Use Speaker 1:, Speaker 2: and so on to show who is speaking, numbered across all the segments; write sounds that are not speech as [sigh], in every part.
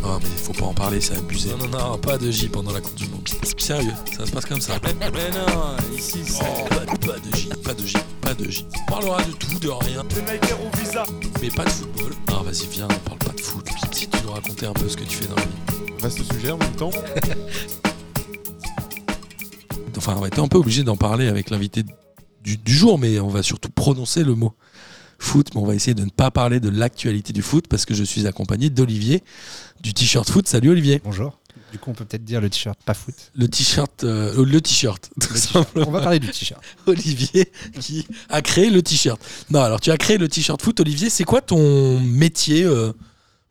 Speaker 1: Non, Ah, mais faut pas en parler, c'est abusé. Non, non, non, pas de J pendant la Coupe du Monde. Sérieux, ça se passe comme ça.
Speaker 2: Eh, Mais non, ici, c'est...
Speaker 1: Oh, pas, pas de J, pas de J, pas de J. On parlera de tout, de rien,
Speaker 3: Les Nike au visa.
Speaker 1: mais pas de football. Ah, vas-y, viens, on parle pas de foot. Si tu nous racontais un peu ce que tu fais dans la vie.
Speaker 4: Vaste sujet en même temps.
Speaker 1: Enfin, on était un peu obligé d'en parler avec l'invité du, du jour, mais on va surtout prononcer le mot foot. Mais on va essayer de ne pas parler de l'actualité du foot parce que je suis accompagné d'Olivier du t-shirt foot. Salut Olivier.
Speaker 5: Bonjour. Du coup, on peut peut-être dire le t-shirt pas foot.
Speaker 1: [laughs] Le t-shirt, euh, le t-shirt, tout
Speaker 5: Le t-shirt.
Speaker 1: simplement.
Speaker 5: On va parler du t-shirt.
Speaker 1: Olivier qui a créé le t-shirt. Non, alors tu as créé le t-shirt foot. Olivier, c'est quoi ton métier, euh,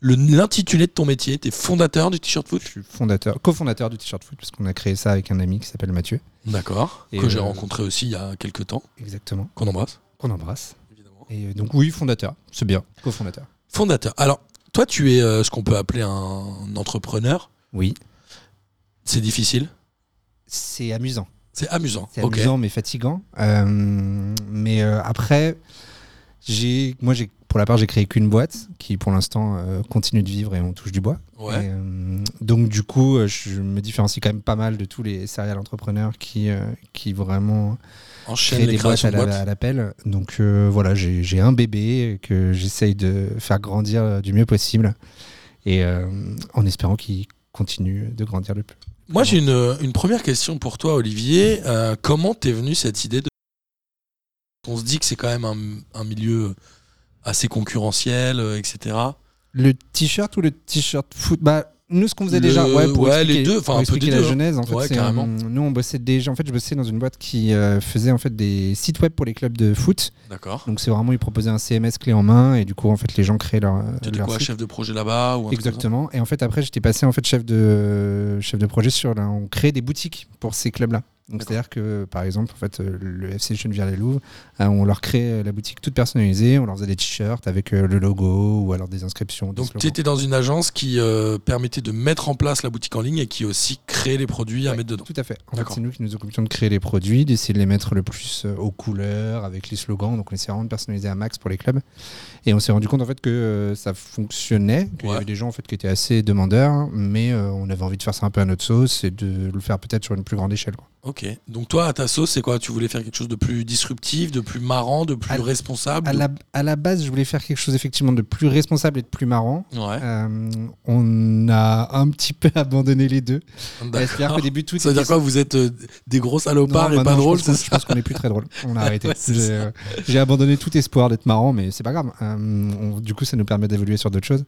Speaker 1: le- l'intitulé de ton métier T'es fondateur du t-shirt foot
Speaker 5: Je suis fondateur, cofondateur du t-shirt foot parce qu'on a créé ça avec un ami qui s'appelle Mathieu.
Speaker 1: D'accord.
Speaker 5: Et
Speaker 1: Que j'ai
Speaker 5: euh,
Speaker 1: rencontré aussi il y a quelques temps,
Speaker 5: Exactement.
Speaker 1: qu'on embrasse.
Speaker 5: Qu'on embrasse.
Speaker 1: Évidemment.
Speaker 5: Et euh, donc oui, fondateur. C'est bien. Cofondateur.
Speaker 1: Fondateur. Alors, toi, tu es euh, ce qu'on peut appeler un entrepreneur.
Speaker 5: Oui.
Speaker 1: C'est difficile.
Speaker 5: C'est amusant.
Speaker 1: C'est amusant.
Speaker 5: C'est
Speaker 1: Ok.
Speaker 5: amusant mais fatigant. Euh, mais euh, après, j'ai, moi, j'ai, pour la part, j'ai créé qu'une boîte qui, pour l'instant, euh, continue de vivre et on touche du bois.
Speaker 1: Ouais.
Speaker 5: Et, euh, donc du coup, euh, je me différencie quand même pas mal de tous les serial entrepreneurs qui, euh, qui vraiment
Speaker 1: Enchaîne
Speaker 5: créent
Speaker 1: les
Speaker 5: des boîtes
Speaker 1: créations
Speaker 5: à
Speaker 1: de boîtes.
Speaker 5: la- à l'appel. Donc euh, voilà, j'ai j'ai un bébé que j'essaye de faire grandir euh, du mieux possible et euh, en espérant qu'il continue de grandir le plus.
Speaker 1: Moi, j'ai une, une première question pour toi, Olivier. Euh, comment t'es venu cette idée de. On se dit que c'est quand même un, un milieu assez concurrentiel, euh, etc.
Speaker 5: Le t-shirt ou le t-shirt foot bah, nous, ce qu'on faisait
Speaker 1: Le-
Speaker 5: déjà, ouais, pour
Speaker 1: ouais,
Speaker 5: expliquer,
Speaker 1: les deux, enfin,
Speaker 5: pour
Speaker 1: un peu
Speaker 5: expliquer
Speaker 1: des
Speaker 5: la
Speaker 1: deux, hein.
Speaker 5: genèse, en fait,
Speaker 1: Ouais,
Speaker 5: c'est,
Speaker 1: carrément.
Speaker 5: euh, nous, on bossait déjà. En fait, je bossais dans une boîte qui euh, faisait en fait des sites web pour les clubs de foot.
Speaker 1: D'accord.
Speaker 5: Donc c'est vraiment, ils proposaient un CMS clé en main et du coup, en fait, les gens créaient leur,
Speaker 1: T'étais
Speaker 5: leur
Speaker 1: quoi,
Speaker 5: site.
Speaker 1: chef de projet là-bas ou un truc
Speaker 5: Euh, Exactement. Et en fait, après, j'étais passé en fait chef de chef de projet sur la- on crée des boutiques pour ces clubs-là. Donc
Speaker 1: D'accord.
Speaker 5: c'est-à-dire que par exemple, en fait, euh, le FC Gennevilliers les Louvres, euh, on leur crée euh, la boutique toute personnalisée, on leur faisait des t-shirts avec euh, le logo ou alors des inscriptions. des
Speaker 1: comme ça Donc,
Speaker 5: slogans.
Speaker 1: tu étais dans une agence qui euh, permettait de mettre en place la boutique en ligne et qui aussi créait les produits à
Speaker 5: Ouais,
Speaker 1: mettre dedans.
Speaker 5: Tout à fait. En fait,
Speaker 1: D'accord.
Speaker 5: c'est nous qui nous occupions de créer les produits, d'essayer de les mettre le plus euh, aux couleurs, avec les slogans. Donc, on essayait vraiment de personnaliser à max pour les clubs. Et on s'est rendu compte en fait que euh, ça fonctionnait, qu'il y
Speaker 1: Ouais.
Speaker 5: avait des gens en fait qui étaient assez demandeurs, mais euh, on avait envie de faire ça un peu à notre sauce et de le faire peut-être sur une plus grande échelle. quoi.
Speaker 1: Ok. Donc, toi, à ta sauce, c'est quoi Tu voulais faire quelque chose de plus disruptif, de plus marrant, de plus
Speaker 5: À-
Speaker 1: responsable
Speaker 5: À la, à la base, je voulais faire quelque chose effectivement de plus responsable et de plus marrant.
Speaker 1: Ouais.
Speaker 5: Euh, on a un petit peu [laughs] abandonné les deux. C'est-à-dire
Speaker 1: D'accord.
Speaker 5: qu'au début, tout
Speaker 1: Ça veut
Speaker 5: était
Speaker 1: dire quoi Vous êtes euh, des gros salopards
Speaker 5: Non,
Speaker 1: et
Speaker 5: maintenant,
Speaker 1: pas
Speaker 5: je
Speaker 1: drôles
Speaker 5: pense
Speaker 1: c'est
Speaker 5: qu'on-
Speaker 1: ça
Speaker 5: Je pense qu'on est plus très drôle. On a
Speaker 1: [laughs]
Speaker 5: arrêté.
Speaker 1: ouais, c'est
Speaker 5: J'ai
Speaker 1: ça.
Speaker 5: euh, j'ai abandonné tout espoir d'être marrant, mais c'est pas grave. Euh, on- du coup, ça nous permet d'évoluer sur d'autres choses.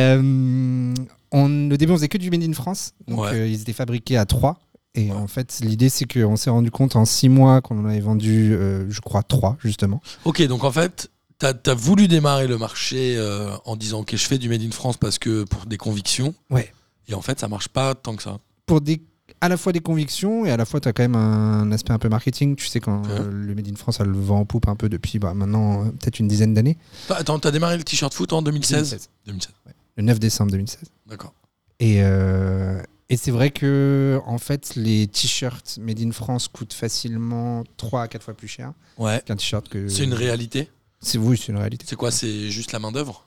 Speaker 5: Euh, on, au début, on faisait que du Made in France. Donc,
Speaker 1: Ouais.
Speaker 5: euh, ils étaient fabriqués à trois. Et
Speaker 1: Ouais.
Speaker 5: en fait, l'idée, c'est qu'on s'est rendu compte en six mois qu'on en avait vendu, euh, je crois, trois, justement.
Speaker 1: Ok, donc en fait, t'as as voulu démarrer le marché euh, en disant que je fais du Made in France parce que pour des convictions.
Speaker 5: Ouais.
Speaker 1: Et en fait, ça marche pas tant que ça.
Speaker 5: Pour des à la fois des convictions et à la fois tu as quand même un aspect un peu marketing tu sais quand
Speaker 1: Ok.
Speaker 5: euh, le Made in France ça le vend en poupe un peu depuis bah, maintenant euh, peut-être une dizaine d'années
Speaker 1: T'as- Attends, t'as démarré le t-shirt foot en 2016 2016.
Speaker 5: le 9 décembre 2016
Speaker 1: D'accord.
Speaker 5: Et, euh, et c'est vrai que en fait, les t-shirts Made in France coûtent facilement 3 à 4 fois plus cher
Speaker 1: Ouais.
Speaker 5: qu'un t-shirt que.
Speaker 1: C'est une réalité.
Speaker 5: C'est oui, c'est une réalité.
Speaker 1: C'est quoi C'est juste la main d'œuvre.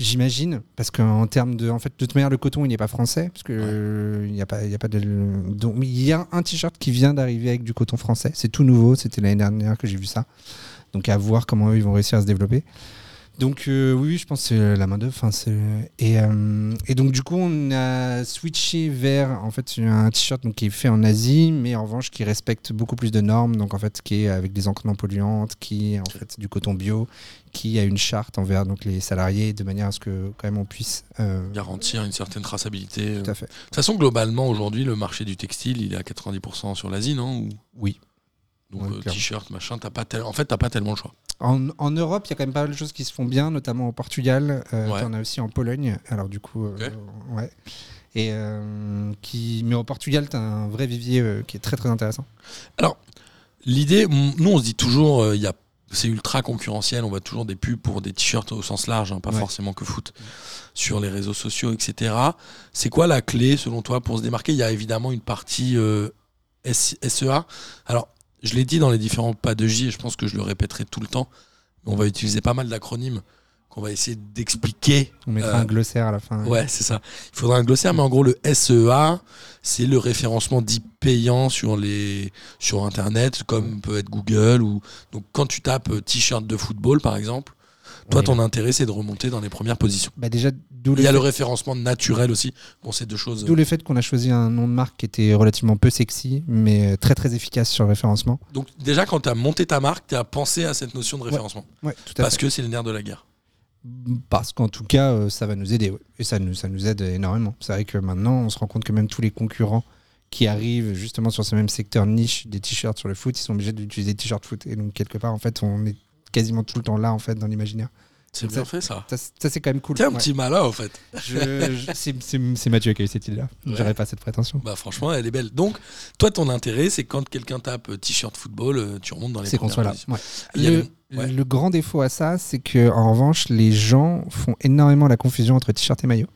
Speaker 5: J'imagine, parce qu'en termes de. En fait, de toute manière, le coton, il n'est pas français, parce que euh, il n'y a pas, il y a pas de. donc, mais il y a un t-shirt qui vient d'arriver avec du coton français. C'est tout nouveau. C'était l'année dernière que j'ai vu ça. Donc, à voir comment eux, ils vont réussir à se développer. Donc euh, oui, oui, je pense que c'est la main d'œuvre. enfin, c'est- et, euh, et donc du coup, on a switché vers en fait un t-shirt donc, qui est fait en Asie, mais en revanche qui respecte beaucoup plus de normes. Donc en fait, qui est avec des encres non polluantes, qui est en fait du coton bio, qui a une charte envers donc les salariés de manière à ce que quand même on puisse. euh,
Speaker 1: Garantir une certaine traçabilité. euh.
Speaker 5: tout à fait.
Speaker 1: De toute façon, globalement, aujourd'hui, le marché du textile, il est à 90% sur l'Asie, non Ou-
Speaker 5: Oui.
Speaker 1: Donc,
Speaker 5: Ouais,
Speaker 1: euh,
Speaker 5: clairement.
Speaker 1: t-shirt, machin, t'as pas tel- en fait, t'as pas tellement le choix.
Speaker 5: En, en Europe, il y a quand même pas mal de choses qui se font bien, notamment au Portugal. Euh,
Speaker 1: Ouais.
Speaker 5: T'en as aussi en Pologne. Alors du coup, euh, ouais. Et euh, qui, mais au Portugal, t'as un vrai vivier euh, qui est très très intéressant.
Speaker 1: L'idée, m- nous on se dit toujours, euh, il y a- c'est ultra concurrentiel, on voit toujours des pubs pour des t-shirts au sens large, hein, pas
Speaker 5: Ouais.
Speaker 1: forcément que foot, sur les réseaux sociaux, etc. C'est quoi la clé selon toi pour se démarquer Il y a évidemment une partie euh, S- SEA. Alors, je l'ai dit dans les différents pas de J, et je pense que je le répéterai tout le temps, mais on va utiliser pas mal d'acronymes. Quand On va essayer d'expliquer.
Speaker 5: On mettra
Speaker 1: Euh,
Speaker 5: un glossaire à la fin.
Speaker 1: Ouais, c'est ça. Il faudra un glossaire, mais en gros, le SEA, c'est le référencement dit payant sur, les, sur Internet, comme peut être Google. Ou... Donc, quand tu tapes euh, t-shirt de football, par exemple, toi,
Speaker 5: Oui.
Speaker 1: ton intérêt, c'est de remonter dans les premières positions.
Speaker 5: Bah déjà, d'où
Speaker 1: Il
Speaker 5: le,
Speaker 1: y a le
Speaker 5: fait-
Speaker 1: référencement naturel aussi. Bon, c'est deux choses. euh,
Speaker 5: d'où le fait qu'on a choisi un nom de marque qui était relativement peu sexy, mais très très efficace sur le référencement.
Speaker 1: Donc, déjà, quand tu as monté ta marque, tu as pensé à cette notion de référencement.
Speaker 5: Ouais, tout à
Speaker 1: parce que c'est le nerf de la guerre.
Speaker 5: Parce qu'en tout cas, euh, ça va nous aider. ouais. Et ça nous, ça nous aide énormément. C'est vrai que maintenant, on se rend compte que même tous les concurrents qui arrivent justement sur ce même secteur niche des t-shirts sur le foot, ils sont obligés d'utiliser des t-shirts foot. Et donc, quelque part, en fait, on est quasiment tout le temps là, en fait, dans l'imaginaire.
Speaker 1: C'est
Speaker 5: bien
Speaker 1: bien fait, ça.
Speaker 5: Ça, c'est- ça, c'est quand même cool.
Speaker 1: T'es un
Speaker 5: Ouais.
Speaker 1: petit malin, en fait.
Speaker 5: Je- je- c'est- c'est c'est Mathieu qui a eu cette idée-là.
Speaker 1: Ouais.
Speaker 5: J'aurais pas cette prétention.
Speaker 1: Bah franchement, elle est belle. Donc, toi, ton intérêt, c'est quand quelqu'un tape euh, t-shirt football, euh, tu remontes dans les
Speaker 5: C'est qu'on
Speaker 1: premières positions.
Speaker 5: soit là. Ouais.
Speaker 1: Il y a
Speaker 5: Le,
Speaker 1: le- ouais.
Speaker 5: le grand défaut à ça, c'est que en revanche, les gens font énormément la confusion entre t-shirt et maillot.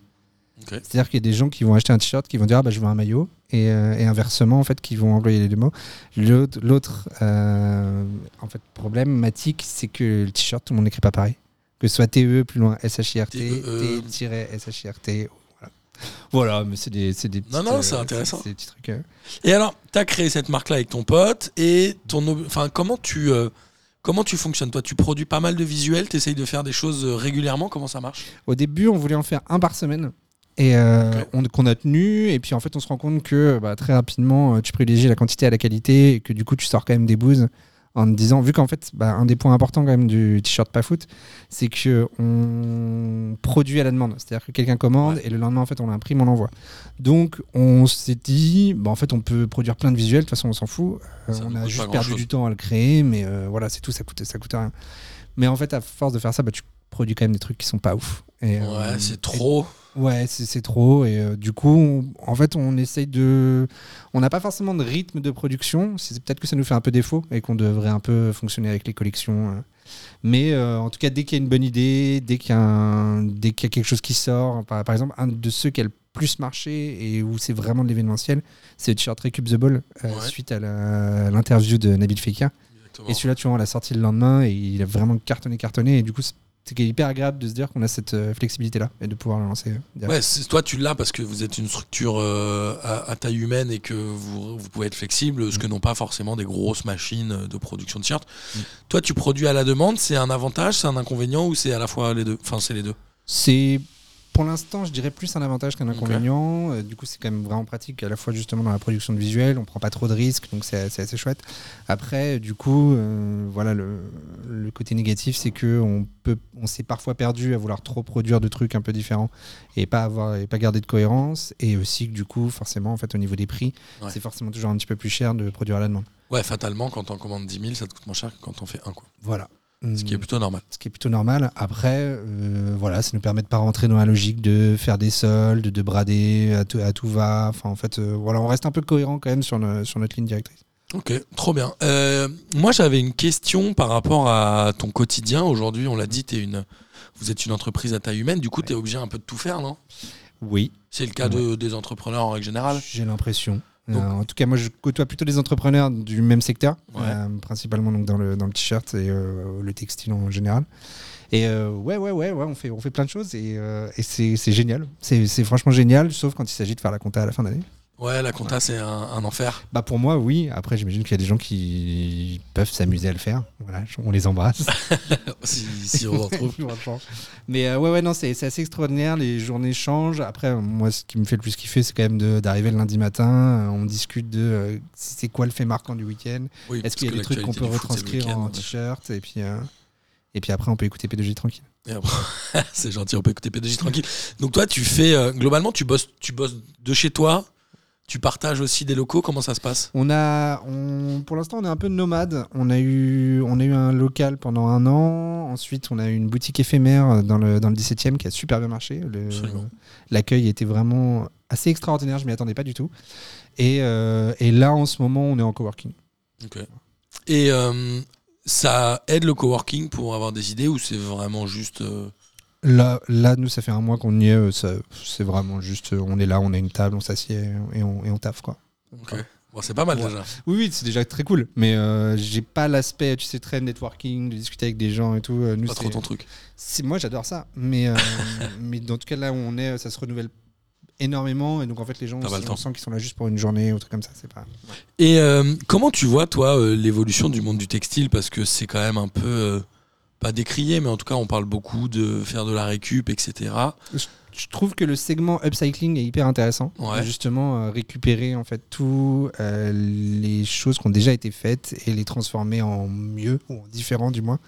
Speaker 1: Ok.
Speaker 5: C'est-à-dire qu'il y a des gens qui vont acheter un t-shirt, qui vont dire ah bah, je veux un maillot, et, euh, et inversement en fait, qui vont employer les deux mots. L'autre, l'autre, euh, en fait, problématique, c'est que le t-shirt, tout le monde n'écrit pas pareil. Que ce soit TE plus loin, SHIRT,
Speaker 1: TE.
Speaker 5: T-SHIRT. Voilà. Voilà, mais c'est des, c'est des petites,
Speaker 1: non, c'est intéressant.
Speaker 5: C'est des petits trucs. euh,
Speaker 1: Et alors, tu as créé cette marque-là avec ton pote et ton ob- enfin comment tu euh, comment tu fonctionnes toi Tu produis pas mal de visuels, tu essayes de faire des choses euh, régulièrement, comment ça marche
Speaker 5: Au début, on voulait en faire un par semaine. Et euh,
Speaker 1: Ok.
Speaker 5: on- qu'on a tenu, et puis en fait on se rend compte que bah, très rapidement euh, tu privilégies la quantité à la qualité, et que du coup tu sors quand même des bouses en te disant, vu qu'en fait bah, un des points importants quand même du t-shirt pas foot, c'est que on produit à la demande, c'est-à-dire que quelqu'un commande et le lendemain en fait on l'imprime, on l'envoie. Donc on s'est dit, bah, en fait on peut produire plein de visuels, de toute façon on s'en fout, Euh,
Speaker 1: Ça
Speaker 5: on
Speaker 1: nous
Speaker 5: a
Speaker 1: coûte
Speaker 5: juste
Speaker 1: pas
Speaker 5: perdu
Speaker 1: grand-chose.
Speaker 5: du temps à le créer, mais euh, voilà c'est tout, ça coûtait, ça coûtait rien. Mais en fait à force de faire ça, bah, tu produis quand même des trucs qui sont pas ouf. Et,
Speaker 1: Ouais,
Speaker 5: euh, et
Speaker 1: c'est trop.
Speaker 5: Ouais, c'est c'est trop. Et euh, du coup, on- en fait, on essaye de. On n'a pas forcément de rythme de production. C'est peut-être que ça nous fait un peu défaut et qu'on devrait un peu fonctionner avec les collections. euh. Mais euh, en tout cas, dès qu'il y a une bonne idée, dès qu'il y, a un- dès qu'il y a quelque chose qui sort, par, par exemple, un de ceux qui a le plus marché et où c'est vraiment de l'événementiel, c'est le t-shirt Recup the Ball euh,
Speaker 1: Ouais.
Speaker 5: suite à la- à l'interview de Nabil Fekir. Et celui-là, tu vois, on l'a sorti le lendemain et il a vraiment cartonné, cartonné. Et du coup, c'est c'est hyper agréable de se dire qu'on a cette euh, flexibilité-là et de pouvoir le lancer. euh, direct.
Speaker 1: Ouais, c'est- toi tu l'as parce que vous êtes une structure euh, à, à taille humaine et que vous, vous pouvez être flexible, ce que n'ont pas forcément des grosses machines euh, de production de t-shirts.
Speaker 5: Mm.
Speaker 1: Toi tu produis à la demande, c'est un avantage, c'est un inconvénient ou c'est à la fois les deux Enfin c'est les deux.
Speaker 5: C'est pour l'instant, je dirais plus un avantage qu'un
Speaker 1: Ok.
Speaker 5: inconvénient. Euh, du coup, c'est quand même vraiment pratique, à la fois justement dans la production de visuels, on prend pas trop de risques, donc c'est c'est assez chouette. Après, du coup, euh, voilà, le, le côté négatif, c'est que on peut, on s'est parfois perdu à vouloir trop produire de trucs un peu différents et pas avoir, et pas garder de cohérence, et aussi que du coup, forcément, en fait, au niveau des prix,
Speaker 1: Ouais.
Speaker 5: c'est forcément toujours un petit peu plus cher de produire à la demande.
Speaker 1: Ouais, fatalement quand on commande 10 000, ça te coûte moins cher que quand on fait un quoi.
Speaker 5: Voilà.
Speaker 1: Ce
Speaker 5: Mm.
Speaker 1: qui est plutôt normal.
Speaker 5: ce qui est plutôt normal. Après, euh, voilà, ça nous permet de pas rentrer dans la logique de faire des soldes, de brader à tout, à tout va. Enfin, en fait, euh, voilà, on reste un peu cohérent quand même sur, no- sur notre ligne directrice.
Speaker 1: Ok, trop bien. Euh, moi, j'avais une question par rapport à ton quotidien. Aujourd'hui, on l'a dit, t'es une, vous êtes une entreprise à taille humaine. Du coup, tu es obligé un peu de tout faire, non
Speaker 5: Oui,
Speaker 1: C'est le cas de, des entrepreneurs en règle générale.
Speaker 5: j'ai l'impression.
Speaker 1: Donc-
Speaker 5: Euh, en tout cas, moi, je côtoie plutôt des entrepreneurs du même secteur,
Speaker 1: Ouais.
Speaker 5: euh, principalement donc dans le, dans le t-shirt et euh, le textile en général. Et euh, ouais, ouais, ouais, ouais, on fait, on fait plein de choses et, euh, et c'est c'est génial. C'est c'est franchement génial, sauf quand il s'agit de faire la compta à la fin d'année.
Speaker 1: Ouais, la compta, c'est un, un
Speaker 5: [laughs]
Speaker 1: enfer.
Speaker 5: Bah pour moi, oui. Après, j'imagine qu'il y a des gens qui peuvent s'amuser à le faire. Voilà, on
Speaker 1: [laughs]
Speaker 5: les embrasse.
Speaker 1: si, si on en
Speaker 5: [laughs]
Speaker 1: trouve.
Speaker 5: Franchement. Mais euh, ouais, ouais, non, c'est c'est assez extraordinaire. Les journées changent. Après, euh, moi, ce qui me fait le plus kiffer, c'est quand même de- d'arriver le lundi matin. euh, On discute de euh, c'est quoi le fait marquant du week-end.
Speaker 1: Oui, parce
Speaker 5: Est-ce qu'il y a
Speaker 1: que
Speaker 5: des trucs qu'on
Speaker 1: l'actualité
Speaker 5: peut
Speaker 1: du foot, c'est le [laughs]
Speaker 5: retranscrire
Speaker 1: week-end,
Speaker 5: en
Speaker 1: ouais.
Speaker 5: t-shirt et puis. euh, Et puis après, on peut écouter P2G tranquille.
Speaker 1: Et après, c'est gentil, on peut écouter PDG tranquille. Donc toi, tu fais euh, globalement, tu bosses, tu bosses de chez toi. Tu partages aussi des locaux. Comment ça se passe
Speaker 5: On a, on, pour l'instant, on est un peu nomade. On a eu, on a eu un local pendant un an. Ensuite, on a eu une boutique éphémère dans le, dans le 17e qui a super bien marché. Le-
Speaker 1: Absolument.
Speaker 5: L'accueil était vraiment assez extraordinaire. Je m'y attendais pas du tout. Et, euh, et là, en ce moment, on est en coworking.
Speaker 1: Et euh, ça aide le coworking pour avoir des idées ou c'est vraiment juste euh,
Speaker 5: Là, là, nous, ça fait un mois qu'on y est. euh, ça- C'est vraiment juste, euh, on est là, on a une table, on s'assied et on, et on taffe quoi.
Speaker 1: Ok.
Speaker 5: Enfin,
Speaker 1: Bon, c'est pas mal
Speaker 5: Ouais.
Speaker 1: déjà.
Speaker 5: Oui, oui, c'est déjà très cool. Mais euh, j'ai pas l'aspect, tu sais, très networking, de discuter avec des gens et tout. Euh, Nous,
Speaker 1: Pas trop
Speaker 5: c'est-
Speaker 1: ton truc.
Speaker 5: c'est- moi, j'adore ça. Mais,
Speaker 1: [laughs]
Speaker 5: euh, mais dans tout cas, là où on est, ça se renouvelle énormément. Et donc, en fait, les gens,
Speaker 1: T'as pas le
Speaker 5: on,
Speaker 1: temps.
Speaker 5: sent qu'ils sont là juste pour une journée ou un truc comme ça. C'est pas.
Speaker 1: Et euh, comment tu vois, toi, euh, l'évolution du monde du textile Parce que c'est quand même un peu. euh, pas décrié, mais en tout cas, on parle beaucoup de faire de la récup, etc.
Speaker 5: je trouve que le segment upcycling est hyper intéressant.
Speaker 1: Ouais.
Speaker 5: Justement, euh, récupérer en fait tout euh, les choses qui ont déjà été faites et les transformer en mieux ou en différent du moins.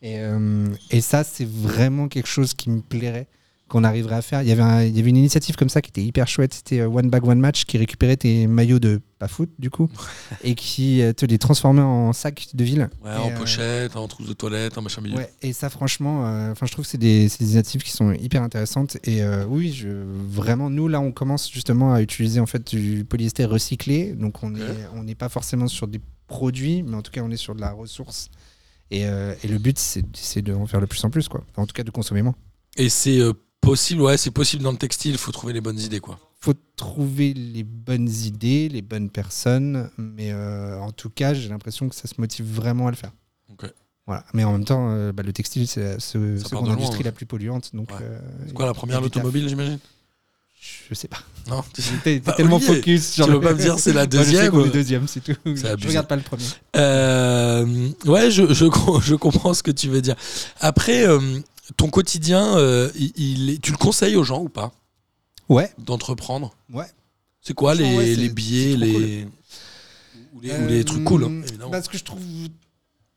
Speaker 5: Et, euh, et ça, c'est vraiment quelque chose qui me plairait qu'on arriverait à faire. Il y, avait un- il y avait une initiative comme ça qui était hyper chouette. C'était euh, One Bag One Match qui récupérait tes maillots de pas foot du coup et qui euh, te les transformait en sacs de ville.
Speaker 1: Ouais,
Speaker 5: Et,
Speaker 1: en
Speaker 5: euh,
Speaker 1: pochette, en trousse de toilette, en machin milieu.
Speaker 5: Ouais, et ça, franchement, euh, enfin, je trouve que c'est des, c'est des initiatives qui sont hyper intéressantes. Et euh, oui, je, vraiment, nous, là, on commence justement à utiliser en fait du polyester recyclé. Donc, on
Speaker 1: Ok.
Speaker 5: n'est on n'est pas forcément sur des produits, mais en tout cas, on est sur de la ressource. Et, euh, et le but, c'est c'est de en faire le plus en plus, quoi. Enfin, en tout cas, de consommer moins.
Speaker 1: Et c'est euh, possible, ouais, c'est possible dans le textile, faut trouver les bonnes idées, quoi.
Speaker 5: faut trouver les bonnes idées, les bonnes personnes, mais euh, en tout cas, j'ai l'impression que ça se motive vraiment à le faire.
Speaker 1: Ok.
Speaker 5: Voilà. Mais en même temps, euh, bah, le textile, c'est la ce-
Speaker 1: Ça part
Speaker 5: seconde
Speaker 1: de loin,
Speaker 5: industrie
Speaker 1: ouais.
Speaker 5: la plus polluante. Donc,
Speaker 1: Ouais.
Speaker 5: euh,
Speaker 1: C'est quoi la première,
Speaker 5: Et du taf.
Speaker 1: l'automobile, j'imagine
Speaker 5: Je sais pas.
Speaker 1: Non tu-
Speaker 5: [laughs] T'es
Speaker 1: Bah,
Speaker 5: tellement
Speaker 1: Olivier,
Speaker 5: focus.
Speaker 1: tu veux pas me dire c'est la deuxième
Speaker 5: [laughs] Moi, je sais qu'on est deuxième, c'est tout.
Speaker 1: C'est abusé.
Speaker 5: Je regarde pas le premier.
Speaker 1: Euh, ouais, je, je, com- [laughs] je comprends ce que tu veux dire. Après, euh, ton quotidien, euh, il, il est- tu le conseilles aux gens ou pas
Speaker 5: Ouais.
Speaker 1: D'entreprendre
Speaker 5: Ouais.
Speaker 1: C'est quoi les,
Speaker 5: Franchement, ouais, c'est-
Speaker 1: les billets,
Speaker 5: c'est trop
Speaker 1: les... Ou les, ou les
Speaker 5: Euh,
Speaker 1: trucs cool, hein, évidemment.
Speaker 5: bah, ce que je trouve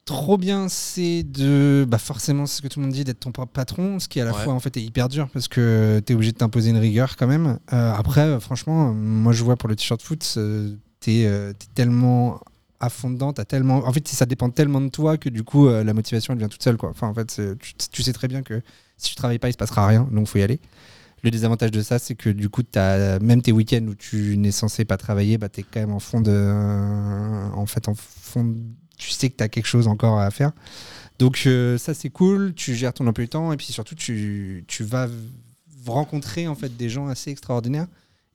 Speaker 5: trop bien, c'est de. Bah, forcément, c'est ce que tout le monde dit, d'être ton propre patron, ce qui à la
Speaker 1: Ouais.
Speaker 5: fois en fait est hyper dur parce que t'es obligé de t'imposer une rigueur quand même. Euh, après, euh, franchement, euh, moi je vois pour le t-shirt foot, euh, t'es euh, t'es tellement à fond dedans, t'as tellement. En fait, ça dépend tellement de toi que du coup, euh, la motivation elle vient toute seule quoi. Enfin, en fait, c'est- tu, tu sais très bien que si tu travailles pas, il se passera rien, donc faut y aller. Le désavantage de ça, c'est que du coup, as, même tes week-ends où tu n'es censé pas travailler, bah, tu es quand même en fond de. En fait, en fond. de- Tu sais que tu as quelque chose encore à faire. Donc, euh, ça, c'est cool. Tu gères ton emploi du temps. Et puis surtout, tu, tu vas v- rencontrer en fait, des gens assez extraordinaires.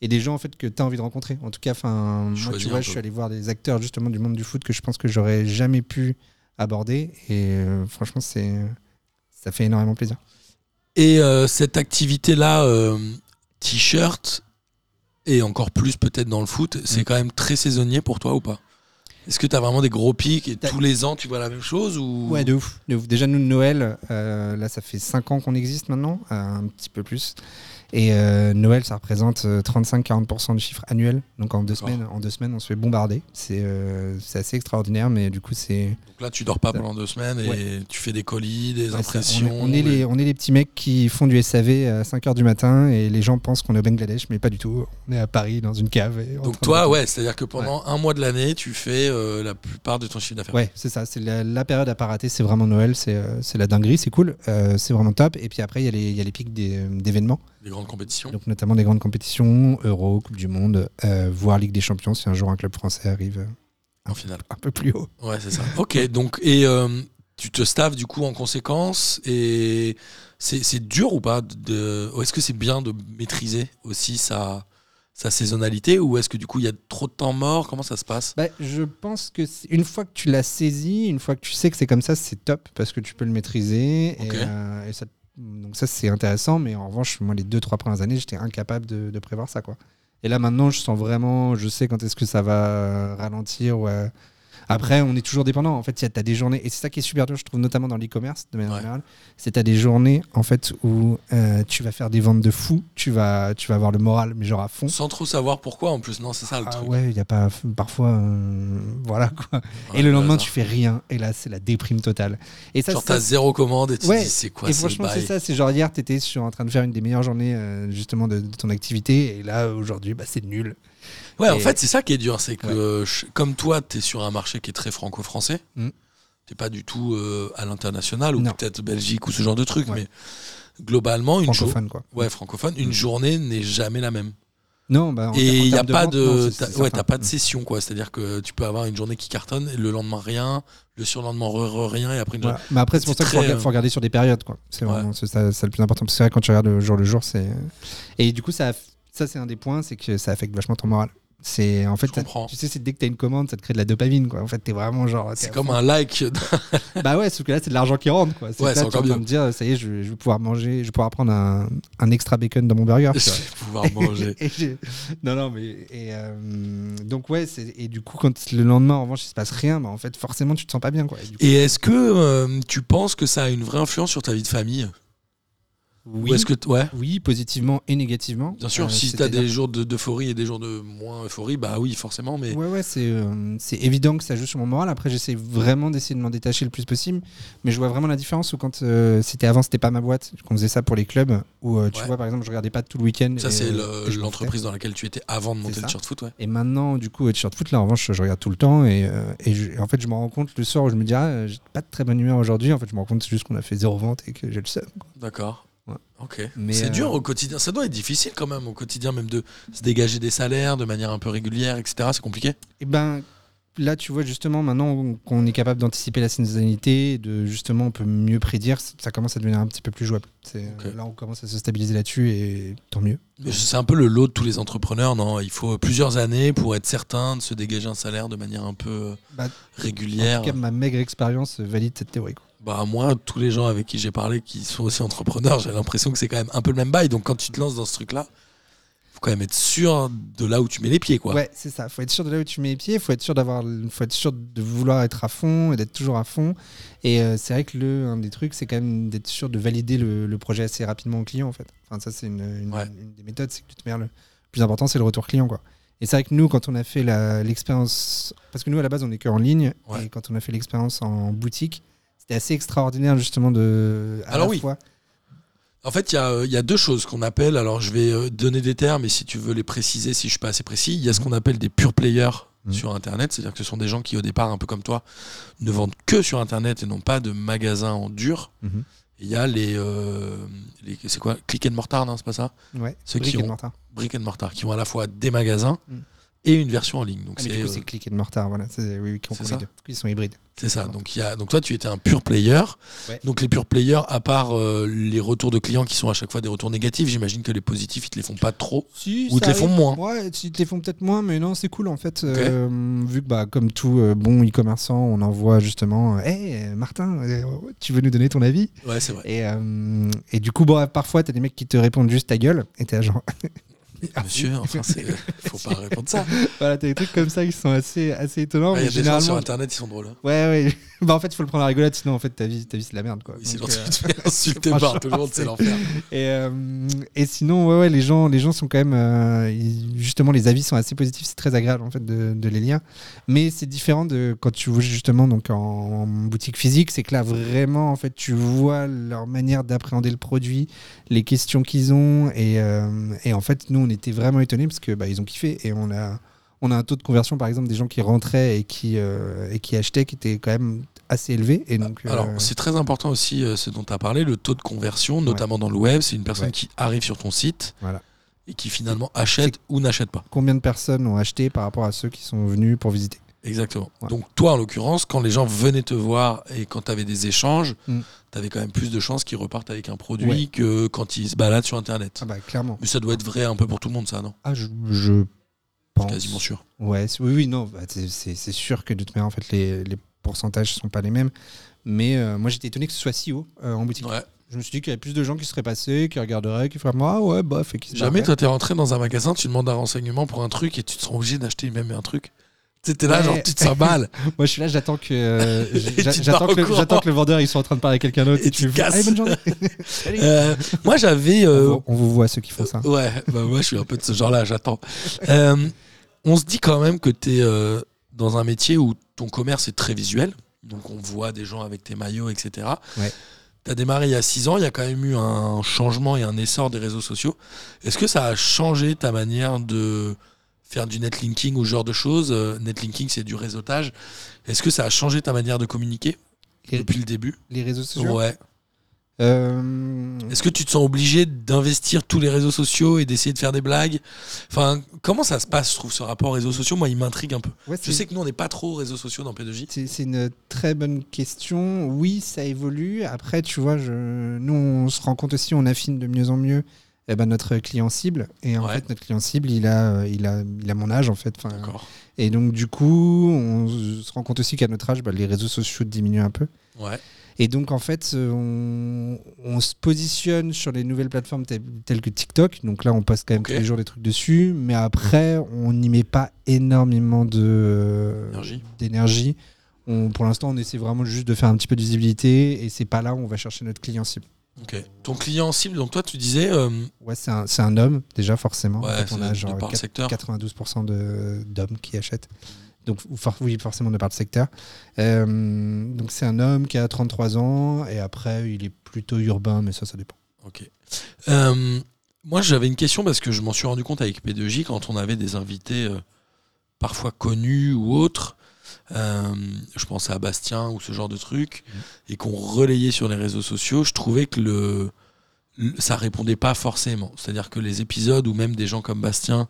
Speaker 5: Et des gens en fait, que tu as envie de rencontrer. En tout cas, 'fin, moi, tu
Speaker 1: Choisir un
Speaker 5: vois,
Speaker 1: peu.
Speaker 5: je suis allé voir des acteurs justement du monde du foot que je pense que j'aurais jamais pu aborder. Et euh, franchement, c'est ça fait énormément plaisir.
Speaker 1: Et euh, cette activité-là, euh, t-shirt, et encore plus peut-être dans le foot, c'est
Speaker 5: Mm.
Speaker 1: quand même très saisonnier pour toi ou pas Est-ce que tu as vraiment des gros pics et
Speaker 5: T'as-
Speaker 1: tous les ans tu vois la même chose ou...
Speaker 5: Ouais, de ouf, de ouf. Déjà, nous, Noël, euh, là, ça fait 5 ans qu'on existe maintenant, euh, un petit peu plus. Et euh, Noël, ça représente euh, 35-40% du chiffre annuel. Donc, en deux,
Speaker 1: D'accord.
Speaker 5: semaines, en deux semaines, on se fait bombarder. C'est euh, c'est assez extraordinaire, mais du coup, c'est.
Speaker 1: Donc là, tu dors pas pendant deux semaines et tu fais des colis, des
Speaker 5: ouais, ça-
Speaker 1: impressions.
Speaker 5: on, est, on est les, on est les petits mecs qui font du SAV à 5 h du matin et les gens pensent qu'on est au Bangladesh, mais pas du tout. On est à Paris dans une cave. et en
Speaker 1: Donc
Speaker 5: train de-
Speaker 1: toi, ouais, c'est-à-dire que pendant un mois de l'année, tu fais euh, la plupart de ton chiffre d'affaires.
Speaker 5: Ouais, c'est ça. C'est la, la période à pas rater. C'est vraiment Noël. C'est euh, c'est la dinguerie. C'est cool. euh, c'est vraiment top. Et puis après, il y a les- il y a les pics des- euh, d'événements.
Speaker 1: Des grandes compétitions.
Speaker 5: Donc notamment des grandes compétitions, Euro, Coupe du Monde, euh, voire Ligue des Champions si un jour un club français arrive euh,
Speaker 1: En finale.
Speaker 5: un peu plus haut.
Speaker 1: Ouais, c'est ça. ok, donc, et euh, tu te staffes du coup en conséquence. Et c'est c'est dur ou pas de- de, ou Est-ce que c'est bien de maîtriser aussi sa, sa saisonnalité Ou est-ce que du coup, il y a trop de temps mort Comment ça se passe
Speaker 5: Bah, je pense que c'est- une fois que tu l'as saisi, une fois que tu sais que c'est comme ça, c'est top parce que tu peux le maîtriser.
Speaker 1: Ok.
Speaker 5: Et, euh, et ça, donc ça, c'est intéressant. Mais en revanche, moi, les deux, trois premières années, j'étais incapable de, de prévoir ça. Quoi. Et là, maintenant, je sens vraiment, je sais quand est-ce que ça va ralentir. ou, euh, Après, on est toujours dépendant. En fait, tu as des journées, et c'est ça qui est super dur, je trouve, notamment dans l'e-commerce, de manière
Speaker 1: Ouais.
Speaker 5: générale. C'est tu as des journées en fait, où euh, tu vas faire des ventes de fou, tu vas, tu vas avoir le moral, mais genre à fond.
Speaker 1: Sans trop savoir pourquoi en plus. Non, c'est ça le
Speaker 5: Ah
Speaker 1: truc.
Speaker 5: ouais, il y a pas parfois euh, voilà quoi.
Speaker 1: Ouais,
Speaker 5: et le lendemain
Speaker 1: hasard.
Speaker 5: tu fais rien et là c'est la déprime totale. Et ça,
Speaker 1: Genre,
Speaker 5: ça-
Speaker 1: t'as zéro commande et tu
Speaker 5: Ouais,
Speaker 1: te dis, c'est quoi
Speaker 5: et
Speaker 1: ce
Speaker 5: franchement c'est
Speaker 1: bail
Speaker 5: ça, c'est genre hier t'étais sur en train de faire une des meilleures journées euh, justement de, de ton activité et là aujourd'hui bah c'est nul.
Speaker 1: Ouais, en
Speaker 5: Et-
Speaker 1: fait, c'est ça qui est dur, c'est que je- comme toi, tu es sur un marché qui est très franco-français.
Speaker 5: Mm.
Speaker 1: T'es pas du tout euh, à l'international ou
Speaker 5: Non.
Speaker 1: peut-être Belgique ou ce genre de truc,
Speaker 5: Ouais.
Speaker 1: mais globalement, une jour-
Speaker 5: Francophone quoi.
Speaker 1: ouais, francophone, une journée n'est jamais la même.
Speaker 5: Non bah Mm. en- en
Speaker 1: Et il n'y a
Speaker 5: termes
Speaker 1: pas
Speaker 5: vente, non,
Speaker 1: de,
Speaker 5: c'est-
Speaker 1: t'as-
Speaker 5: c'est
Speaker 1: ouais,
Speaker 5: certain. Mm.
Speaker 1: t'as pas de session quoi. C'est-à-dire que tu peux avoir une journée qui cartonne, et le lendemain rien, le surlendemain re- re- rien et après une
Speaker 5: Voilà. Mais Bah, après, c'est pour
Speaker 1: C'est
Speaker 5: ça qu'il faut,
Speaker 1: très,
Speaker 5: rega-
Speaker 1: euh,
Speaker 5: faut regarder sur des périodes. quoi. C'est vraiment c'est ça, ça le plus important. Parce que c'est vrai, quand tu regardes le jour le jour, c'est. Et du coup, ça, aff- ça c'est un des points, c'est que ça affecte vachement ton moral. C'est en fait,
Speaker 1: Je comprends.
Speaker 5: tu sais, c'est dès que t'as une commande, ça te crée de la dopamine, quoi. En fait, t'es vraiment genre. t'es-
Speaker 1: C'est comme un [laughs] like.
Speaker 5: Bah ouais, sauf que là, c'est de l'argent qui rentre, quoi.
Speaker 1: Ouais,
Speaker 5: que là,
Speaker 1: c'est
Speaker 5: t'es
Speaker 1: encore
Speaker 5: en train
Speaker 1: mieux.
Speaker 5: de dire, ça y est, je, je vais pouvoir manger, je vais pouvoir prendre un, un extra bacon dans mon burger. tu
Speaker 1: Je [laughs]
Speaker 5: vois.
Speaker 1: vais pouvoir manger.
Speaker 5: [laughs] Et j'ai- non, non, mais. Et, euh, donc, ouais, c'est- et du coup, quand le lendemain, en revanche, il se passe rien, bah, en fait, forcément, tu te sens pas bien, quoi. Et du coup,
Speaker 1: Et est-ce que euh, tu penses que ça a une vraie influence sur ta vie de famille
Speaker 5: oui,
Speaker 1: Ou est-ce que t- ouais
Speaker 5: oui, positivement et négativement.
Speaker 1: Bien sûr,
Speaker 5: Euh,
Speaker 1: si tu as
Speaker 5: c'est-à-dire-
Speaker 1: des jours de- d'euphorie et des jours de moins euphorie, bah oui, forcément, mais
Speaker 5: Ouais, ouais, c'est euh, c'est évident que ça joue sur mon moral. Après, j'essaie vraiment d'essayer de m'en détacher le plus possible. Mais je vois vraiment la différence où, quand euh, c'était avant, c'était pas ma boîte, qu'on faisait ça pour les clubs, où euh, tu
Speaker 1: Ouais.
Speaker 5: vois, par exemple, je regardais pas tout le week-end.
Speaker 1: ça,
Speaker 5: et,
Speaker 1: c'est
Speaker 5: euh,
Speaker 1: le-
Speaker 5: et je m'en
Speaker 1: l'entreprise dans laquelle tu étais avant de monter le
Speaker 5: ça.
Speaker 1: shirt foot, ouais.
Speaker 5: Et maintenant, du coup, t-shirt foot, là, en revanche, je regarde tout le temps. Et, euh, et je- en fait, je me rends compte le soir où je me dis, ah, euh, j'ai pas de très bonne humeur aujourd'hui. En fait, je me rends compte c'est juste qu'on a fait zéro vente et que j'ai le seum.
Speaker 1: D'accord.
Speaker 5: Ouais.
Speaker 1: Ok.
Speaker 5: Mais,
Speaker 1: C'est
Speaker 5: euh,
Speaker 1: dur au quotidien. Ça doit être difficile quand même au quotidien, même de se dégager des salaires de manière un peu régulière, etc. C'est compliqué.
Speaker 5: Et ben là, tu vois, justement, maintenant qu'on est capable d'anticiper la saisonnalité, de justement, on peut mieux prédire, ça commence à devenir un petit peu plus jouable. C'est-
Speaker 1: Ok.
Speaker 5: Là, on commence à se stabiliser là-dessus et tant mieux.
Speaker 1: Mais C'est un peu le lot de tous les entrepreneurs, non Il faut plusieurs années pour être certain de se dégager un salaire de manière un peu euh,
Speaker 5: Bah, En
Speaker 1: régulière.
Speaker 5: tout cas, ma maigre expérience valide cette théorie. quoi.
Speaker 1: Bah moi, tous les gens avec qui j'ai parlé qui sont aussi entrepreneurs, j'ai l'impression que c'est quand même un peu le même bail. Donc quand tu te lances dans ce truc-là, faut quand même être sûr de là où tu mets les pieds, quoi.
Speaker 5: Ouais, c'est ça. Faut être sûr de là où tu mets les pieds. Faut être sûr d'avoir, faut être sûr de vouloir être à fond et d'être toujours à fond. Et euh, c'est vrai que le un des trucs, c'est quand même d'être sûr de valider le, le projet assez rapidement au client en fait. Enfin ça c'est une, une-
Speaker 1: Ouais.
Speaker 5: une des méthodes, c'est que tu te mets le le plus important, c'est le retour client quoi. Et c'est vrai que nous, quand on a fait la- l'expérience, parce que nous à la base on est que en ligne,
Speaker 1: Ouais.
Speaker 5: et quand on a fait l'expérience en boutique, c'était assez extraordinaire justement de. à
Speaker 1: Alors
Speaker 5: la
Speaker 1: oui.
Speaker 5: fois-
Speaker 1: En fait, il y, a, euh, il y a deux choses qu'on appelle. Alors, je vais euh, donner des termes et si tu veux les préciser, si je suis pas assez précis, il y a ce qu'on appelle des pure players
Speaker 5: Mhm.
Speaker 1: sur Internet. C'est-à-dire que ce sont des gens qui, au départ, un peu comme toi, ne vendent que sur Internet et n'ont pas de magasin en dur.
Speaker 5: Mhm.
Speaker 1: Et Il y a les, euh, les- c'est quoi, click and mortar, non, c'est pas ça
Speaker 5: Ouais.
Speaker 1: Ceux
Speaker 5: Brick
Speaker 1: qui
Speaker 5: and
Speaker 1: ont-
Speaker 5: mortar. Ah,
Speaker 1: Brick and mortar, qui ont à la fois des magasins
Speaker 5: Mhm.
Speaker 1: et une version en ligne. Donc
Speaker 5: Ah, mais
Speaker 1: c'est
Speaker 5: du coup,
Speaker 1: euh,
Speaker 5: c'est click and mortar, voilà. C'est- Oui, oui, qui ont
Speaker 1: c'est
Speaker 5: les
Speaker 1: ça
Speaker 5: deux. Ils sont hybrides.
Speaker 1: C'est ça. Donc, il y a, donc toi, tu étais un pur player.
Speaker 5: Ouais.
Speaker 1: Donc les purs players, à part euh, les retours de clients qui sont à chaque fois des retours négatifs, j'imagine que les positifs, ils te les font pas trop.
Speaker 5: Si,
Speaker 1: Ou te
Speaker 5: ça
Speaker 1: les font
Speaker 5: arrive.
Speaker 1: moins.
Speaker 5: Ouais, ils te les font peut-être moins, mais non, c'est cool en fait. Euh, vu que, bah, comme tout euh, bon e-commerçant, on envoie justement Hé, Martin, euh, tu veux nous donner ton avis
Speaker 1: Ouais, c'est vrai.
Speaker 5: et, euh, et du coup, bon, parfois, t'as des mecs qui te répondent juste ta gueule, et t'es genre. [laughs] Ah,
Speaker 1: Monsieur, enfin, c'est- faut pas répondre ça. Ah,
Speaker 5: voilà, t'as des trucs comme ça qui sont assez, assez étonnants.
Speaker 1: Il y a des
Speaker 5: mais
Speaker 1: gens sur
Speaker 5: généralement.
Speaker 1: Internet, ils sont drôles. hein.
Speaker 5: Ouais, [laughs] ouais. bah, en fait, il faut le prendre à la rigolade, sinon, en fait, ta vie, ta vie c'est de la merde, quoi.
Speaker 1: Oui, c'est
Speaker 5: Donc,
Speaker 1: gentil,
Speaker 5: euh,
Speaker 1: tu te
Speaker 5: [laughs]
Speaker 1: fais insulter par tout le monde, c'est l'enfer.
Speaker 5: Et, euh, et sinon, ouais, ouais, les gens, les gens sont quand même, euh, ils- justement, les avis sont assez positifs. C'est très agréable en fait de, de les lire. Mais c'est différent de quand tu vois justement donc en, en boutique physique, c'est que là vraiment en fait tu vois leur manière d'appréhender le produit, les questions qu'ils ont et, euh, et en fait nous on était vraiment étonnés parce que bah, ils ont kiffé et on a on a un taux de conversion par exemple des gens qui rentraient et qui euh, et qui achetaient qui était quand même assez élevé et donc
Speaker 1: Alors,
Speaker 5: euh,
Speaker 1: c'est très important aussi euh, ce dont tu as parlé, le taux de conversion, notamment dans le web. C'est une personne
Speaker 5: Ouais.
Speaker 1: qui arrive sur ton site
Speaker 5: Voilà.
Speaker 1: et qui finalement achète ou n'achète pas.
Speaker 5: combien de personnes ont acheté par rapport à ceux qui sont venus pour visiter
Speaker 1: Exactement.
Speaker 5: Ouais.
Speaker 1: Donc toi, en l'occurrence, quand les gens venaient te voir et quand tu avais des échanges,
Speaker 5: Mm.
Speaker 1: tu avais quand même plus de chances qu'ils repartent avec un produit
Speaker 5: Ouais.
Speaker 1: que quand ils se baladent sur Internet.
Speaker 5: Ah bah clairement.
Speaker 1: Mais ça doit être vrai un peu pour tout le monde, ça, non
Speaker 5: Ah je, je
Speaker 1: Je
Speaker 5: pense.
Speaker 1: suis quasiment sûr.
Speaker 5: Ouais, c'est- oui oui non, bah, c'est- c'est c'est sûr que de toute manière en fait les, les pourcentages sont pas les mêmes. Mais euh, moi j'étais étonné que ce soit si haut euh, en boutique.
Speaker 1: Ouais.
Speaker 5: Je me suis dit qu'il y avait plus de gens qui seraient passés, qui regarderaient, qui feraient ah ouais bof et qui se
Speaker 1: Jamais,
Speaker 5: barreraient.
Speaker 1: toi, t'es rentré dans un magasin, tu demandes un renseignement pour un truc et tu te sens obligé d'acheter même un truc. Tu sais, t'es là,
Speaker 5: Ouais.
Speaker 1: genre, tu te sens mal.
Speaker 5: Moi je suis là, j'attends que euh,
Speaker 1: [laughs] Et
Speaker 5: j'a-
Speaker 1: tu te
Speaker 5: j'attends
Speaker 1: barres au
Speaker 5: que, le-
Speaker 1: courant.
Speaker 5: j'attends que le vendeur ils sont en train de parler à quelqu'un d'autre
Speaker 1: Et
Speaker 5: et,
Speaker 1: tu
Speaker 5: tu
Speaker 1: te casses.
Speaker 5: Allez, bonne journée.
Speaker 1: Euh, moi, j'avais.
Speaker 5: on,
Speaker 1: euh,
Speaker 5: vous, on vous voit ceux qui font ça.
Speaker 1: Ouais, bah moi je suis un peu de ce genre-là, j'attends. Euh, on se dit quand même que tu es dans un métier où ton commerce est très visuel, donc on voit des gens avec tes maillots, etc.
Speaker 5: Ouais.
Speaker 1: Tu as démarré il y a 6 ans, il y a quand même eu un changement et un essor des réseaux sociaux. Est-ce que ça a changé ta manière de faire du netlinking ou ce genre de choses Euh, Netlinking, c'est du réseautage. Est-ce que ça a changé ta manière de communiquer
Speaker 5: Les-
Speaker 1: depuis le début
Speaker 5: Les réseaux sociaux.
Speaker 1: euh, Ouais.
Speaker 5: Euh,
Speaker 1: Mmh. Est-ce que tu te sens obligé d'investir tous les réseaux sociaux et d'essayer de faire des blagues Enfin, comment ça se passe, je trouve, ce rapport réseaux sociaux Moi, il m'intrigue un peu.
Speaker 5: ouais,
Speaker 1: Je
Speaker 5: c'est-
Speaker 1: sais que nous, on n'est pas trop aux réseaux sociaux dans P2J.
Speaker 5: C'est c'est une très bonne question. Oui, ça évolue. Après, tu vois, je... nous, on se rend compte aussi, on affine de mieux en mieux eh ben, notre client cible. Et en
Speaker 1: Ouais.
Speaker 5: fait, notre client cible, il a, euh, il a, il a mon âge, en fait. Enfin,
Speaker 1: D'accord.
Speaker 5: et donc, du coup, on se rend compte aussi qu'à notre âge, bah, les réseaux sociaux diminuent un peu.
Speaker 1: Ouais.
Speaker 5: Et donc, en fait, euh, on, on se positionne sur les nouvelles plateformes telles, telles que TikTok. Donc là, on poste quand même
Speaker 1: Ok.
Speaker 5: tous les jours des trucs dessus. Mais après, on n'y met pas énormément de-
Speaker 1: Énergie.
Speaker 5: d'énergie. On- Pour l'instant, on essaie vraiment juste de faire un petit peu de visibilité. Et c'est pas là où on va chercher notre client cible.
Speaker 1: Ok. Ton client cible, donc toi, tu disais. euh,
Speaker 5: Ouais, c'est un, c'est un homme, déjà, forcément.
Speaker 1: ouais,
Speaker 5: En fait, on
Speaker 1: c'est
Speaker 5: a
Speaker 1: de
Speaker 5: genre
Speaker 1: par le
Speaker 5: quatre-
Speaker 1: secteur.
Speaker 5: 92% de- d'hommes qui achètent. Donc, ou for- oui, forcément, de par le secteur. Euh, donc, c'est un homme qui a 33 ans et après, il est plutôt urbain, mais ça, ça dépend.
Speaker 1: Ok. Euh, moi, j'avais une question parce que je m'en suis rendu compte avec P2J quand on avait des invités euh, parfois connus ou autres. euh, je pense à Bastien ou ce genre de truc et qu'on relayait sur les réseaux sociaux. Je trouvais que le, le- ça répondait pas forcément. C'est-à-dire que les épisodes ou même des gens comme Bastien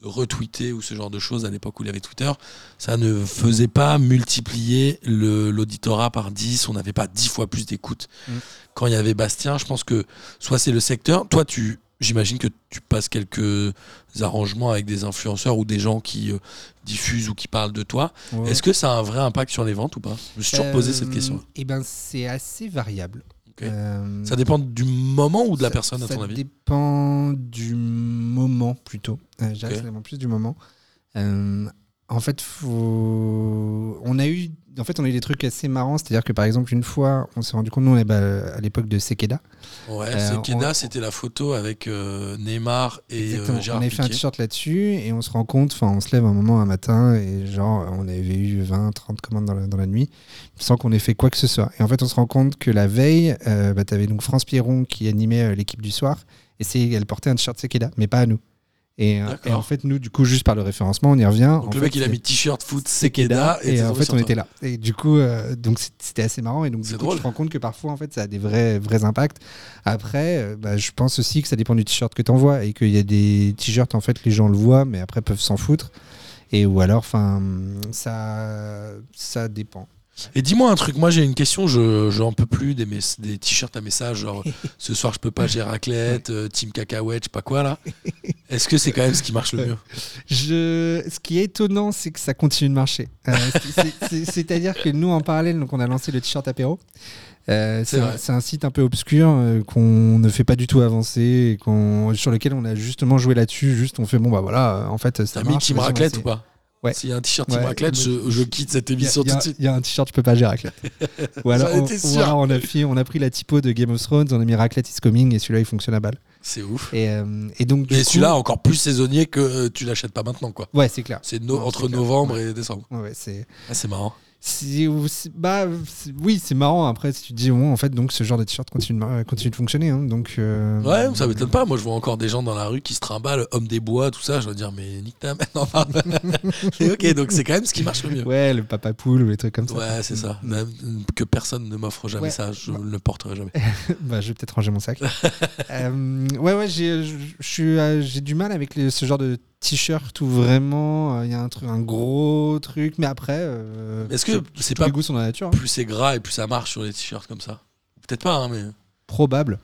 Speaker 1: retweetaient ou ce genre de choses à l'époque où il y avait Twitter, ça ne faisait pas multiplier le- l'auditorat par 10. On n'avait pas 10 fois plus d'écoute.
Speaker 5: Mm.
Speaker 1: Quand il y avait Bastien, je pense que soit c'est le secteur. Toi, tu, j'imagine que tu passes quelques arrangements avec des influenceurs ou des gens qui euh, diffusent ou qui parlent de toi.
Speaker 5: Ouais.
Speaker 1: Est-ce que ça a un vrai impact sur les ventes ou pas Je me suis toujours posé
Speaker 5: Euh,
Speaker 1: cette question.
Speaker 5: Eh ben, c'est assez variable.
Speaker 1: Ok.
Speaker 5: Euh,
Speaker 1: Ça dépend du moment ou de la
Speaker 5: ça-
Speaker 1: personne, à ton
Speaker 5: Ça
Speaker 1: avis
Speaker 5: dépend du moment, plutôt. Euh, je dirais
Speaker 1: Ok.
Speaker 5: que ça dépend plus du moment. Euh, en fait, faut... on a eu... En fait, on a eu des trucs assez marrants, c'est-à-dire que par exemple, une fois, on s'est rendu compte, nous, on est bah, à l'époque de Sekeda,
Speaker 1: Ouais,
Speaker 5: Euh,
Speaker 1: c'est Keda,
Speaker 5: on-
Speaker 1: c'était la photo avec euh, Neymar et euh,
Speaker 5: Exactement.
Speaker 1: Gérard
Speaker 5: on avait fait un
Speaker 1: Piqué.
Speaker 5: t-shirt là-dessus et on se rend compte, enfin on se lève un moment un matin et genre on avait eu 20, 30 commandes dans la, dans la nuit sans qu'on ait fait quoi que ce soit. Et en fait on se rend compte que la veille, euh, bah, t'avais donc France Pierron qui animait euh, l'équipe du soir et c'est, elle portait un t-shirt Sekeda, mais pas à nous. Et, euh,
Speaker 1: D'accord.
Speaker 5: et en fait nous du coup juste par le référencement on y revient.
Speaker 1: Donc
Speaker 5: En
Speaker 1: le mec,
Speaker 5: fait,
Speaker 1: il a
Speaker 5: c'est-
Speaker 1: mis t-shirt foot Sekeda et,
Speaker 5: et euh,
Speaker 1: t'es
Speaker 5: en
Speaker 1: tombé
Speaker 5: fait
Speaker 1: sur
Speaker 5: on
Speaker 1: toi.
Speaker 5: était là et du coup euh, donc c'est- c'était assez marrant et donc
Speaker 1: C'est
Speaker 5: du coup,
Speaker 1: drôle.
Speaker 5: je me rends compte que parfois en fait ça a des vrais vrais impacts après euh, bah, je pense aussi que ça dépend du t-shirt que t'envoies et qu'il y a des t-shirts en fait les gens le voient mais après peuvent s'en foutre et ou alors enfin ça ça dépend
Speaker 1: Et dis-moi un truc, moi j'ai une question, je j'en peux plus des, mes- des t-shirts à message,
Speaker 5: [laughs]
Speaker 1: genre ce soir je peux pas, j'ai raclette, euh, team cacahuète, je sais pas quoi
Speaker 5: [laughs]
Speaker 1: là. Est-ce que c'est quand même ce qui marche le mieux
Speaker 5: Je... Ce qui est étonnant, c'est que ça continue de marcher. Euh, c'est-
Speaker 1: [laughs]
Speaker 5: c'est- C'est-à-dire que nous, en parallèle, donc on a lancé le t-shirt apéro. Euh,
Speaker 1: C'est
Speaker 5: c'est un,
Speaker 1: vrai.
Speaker 5: c'est un site un peu obscur euh, qu'on ne fait pas du tout avancer, et qu'on- sur lequel on a justement joué là-dessus. Juste, on fait bon, bah voilà, euh, en fait, ça
Speaker 1: T'as mis
Speaker 5: marche.
Speaker 1: team
Speaker 5: vas-y, on va
Speaker 1: raclette
Speaker 5: essayer.
Speaker 1: ou pas
Speaker 5: Ouais.
Speaker 1: S'il y a un t-shirt team
Speaker 5: Ouais,
Speaker 1: raclette,
Speaker 5: mais-
Speaker 1: je, je quitte cette
Speaker 5: Il y a-
Speaker 1: émission
Speaker 5: il y a-
Speaker 1: tout de suite.
Speaker 5: il y a un t-shirt, je peux pas
Speaker 1: [laughs]
Speaker 5: gérer raclette. ou alors,
Speaker 1: J'en
Speaker 5: on,
Speaker 1: étais
Speaker 5: ou
Speaker 1: sûr.
Speaker 5: alors on a pris, on a pris la typo de Game of Thrones, on a mis raclette is coming, et celui-là, il fonctionne à balle.
Speaker 1: C'est ouf.
Speaker 5: Et, euh, et donc, du
Speaker 1: Et
Speaker 5: coup-
Speaker 1: celui-là encore plus saisonnier que euh, tu l'achètes pas maintenant quoi.
Speaker 5: Ouais, c'est clair.
Speaker 1: C'est no-
Speaker 5: Non,
Speaker 1: entre
Speaker 5: c'est clair.
Speaker 1: novembre et décembre.
Speaker 5: Ouais, ouais, c'est.
Speaker 1: Ah, c'est marrant.
Speaker 5: C'est- ou- c'est- bah, c'est- oui, c'est marrant. Après, si tu te dis, bon, en fait, donc ce genre de t-shirt continue, de mar- continue de fonctionner. hein, donc, euh,
Speaker 1: Ouais, ça m'étonne pas. Moi, je vois encore des gens dans la rue qui se trimballent, homme des bois, tout ça. Je vais dire, mais nique ta mère. Non,
Speaker 5: [laughs]
Speaker 1: pardon. [laughs] Mais ok, donc c'est quand même ce qui marche le mieux.
Speaker 5: Ouais, le papa poule ou les trucs comme ça.
Speaker 1: Ouais, c'est ça. euh,
Speaker 5: Mm.
Speaker 1: Que personne ne m'offre jamais
Speaker 5: Ouais.
Speaker 1: ça. Je ne le porterai
Speaker 5: [laughs]
Speaker 1: jamais.
Speaker 5: [laughs] bah, je vais peut-être ranger
Speaker 1: [laughs]
Speaker 5: mon sac. Euh, ouais, ouais, j'ai je- je suis, euh, j'ai du mal avec les- ce genre de t-shirt où vraiment euh, il y a un, truc, un gros truc. Mais après, euh,
Speaker 1: Est-ce que c'est
Speaker 5: tous
Speaker 1: pas
Speaker 5: les goûts sont dans la nature hein.
Speaker 1: plus c'est gras et plus ça marche sur les t-shirts comme ça Peut-être pas, hein, mais
Speaker 5: Probable.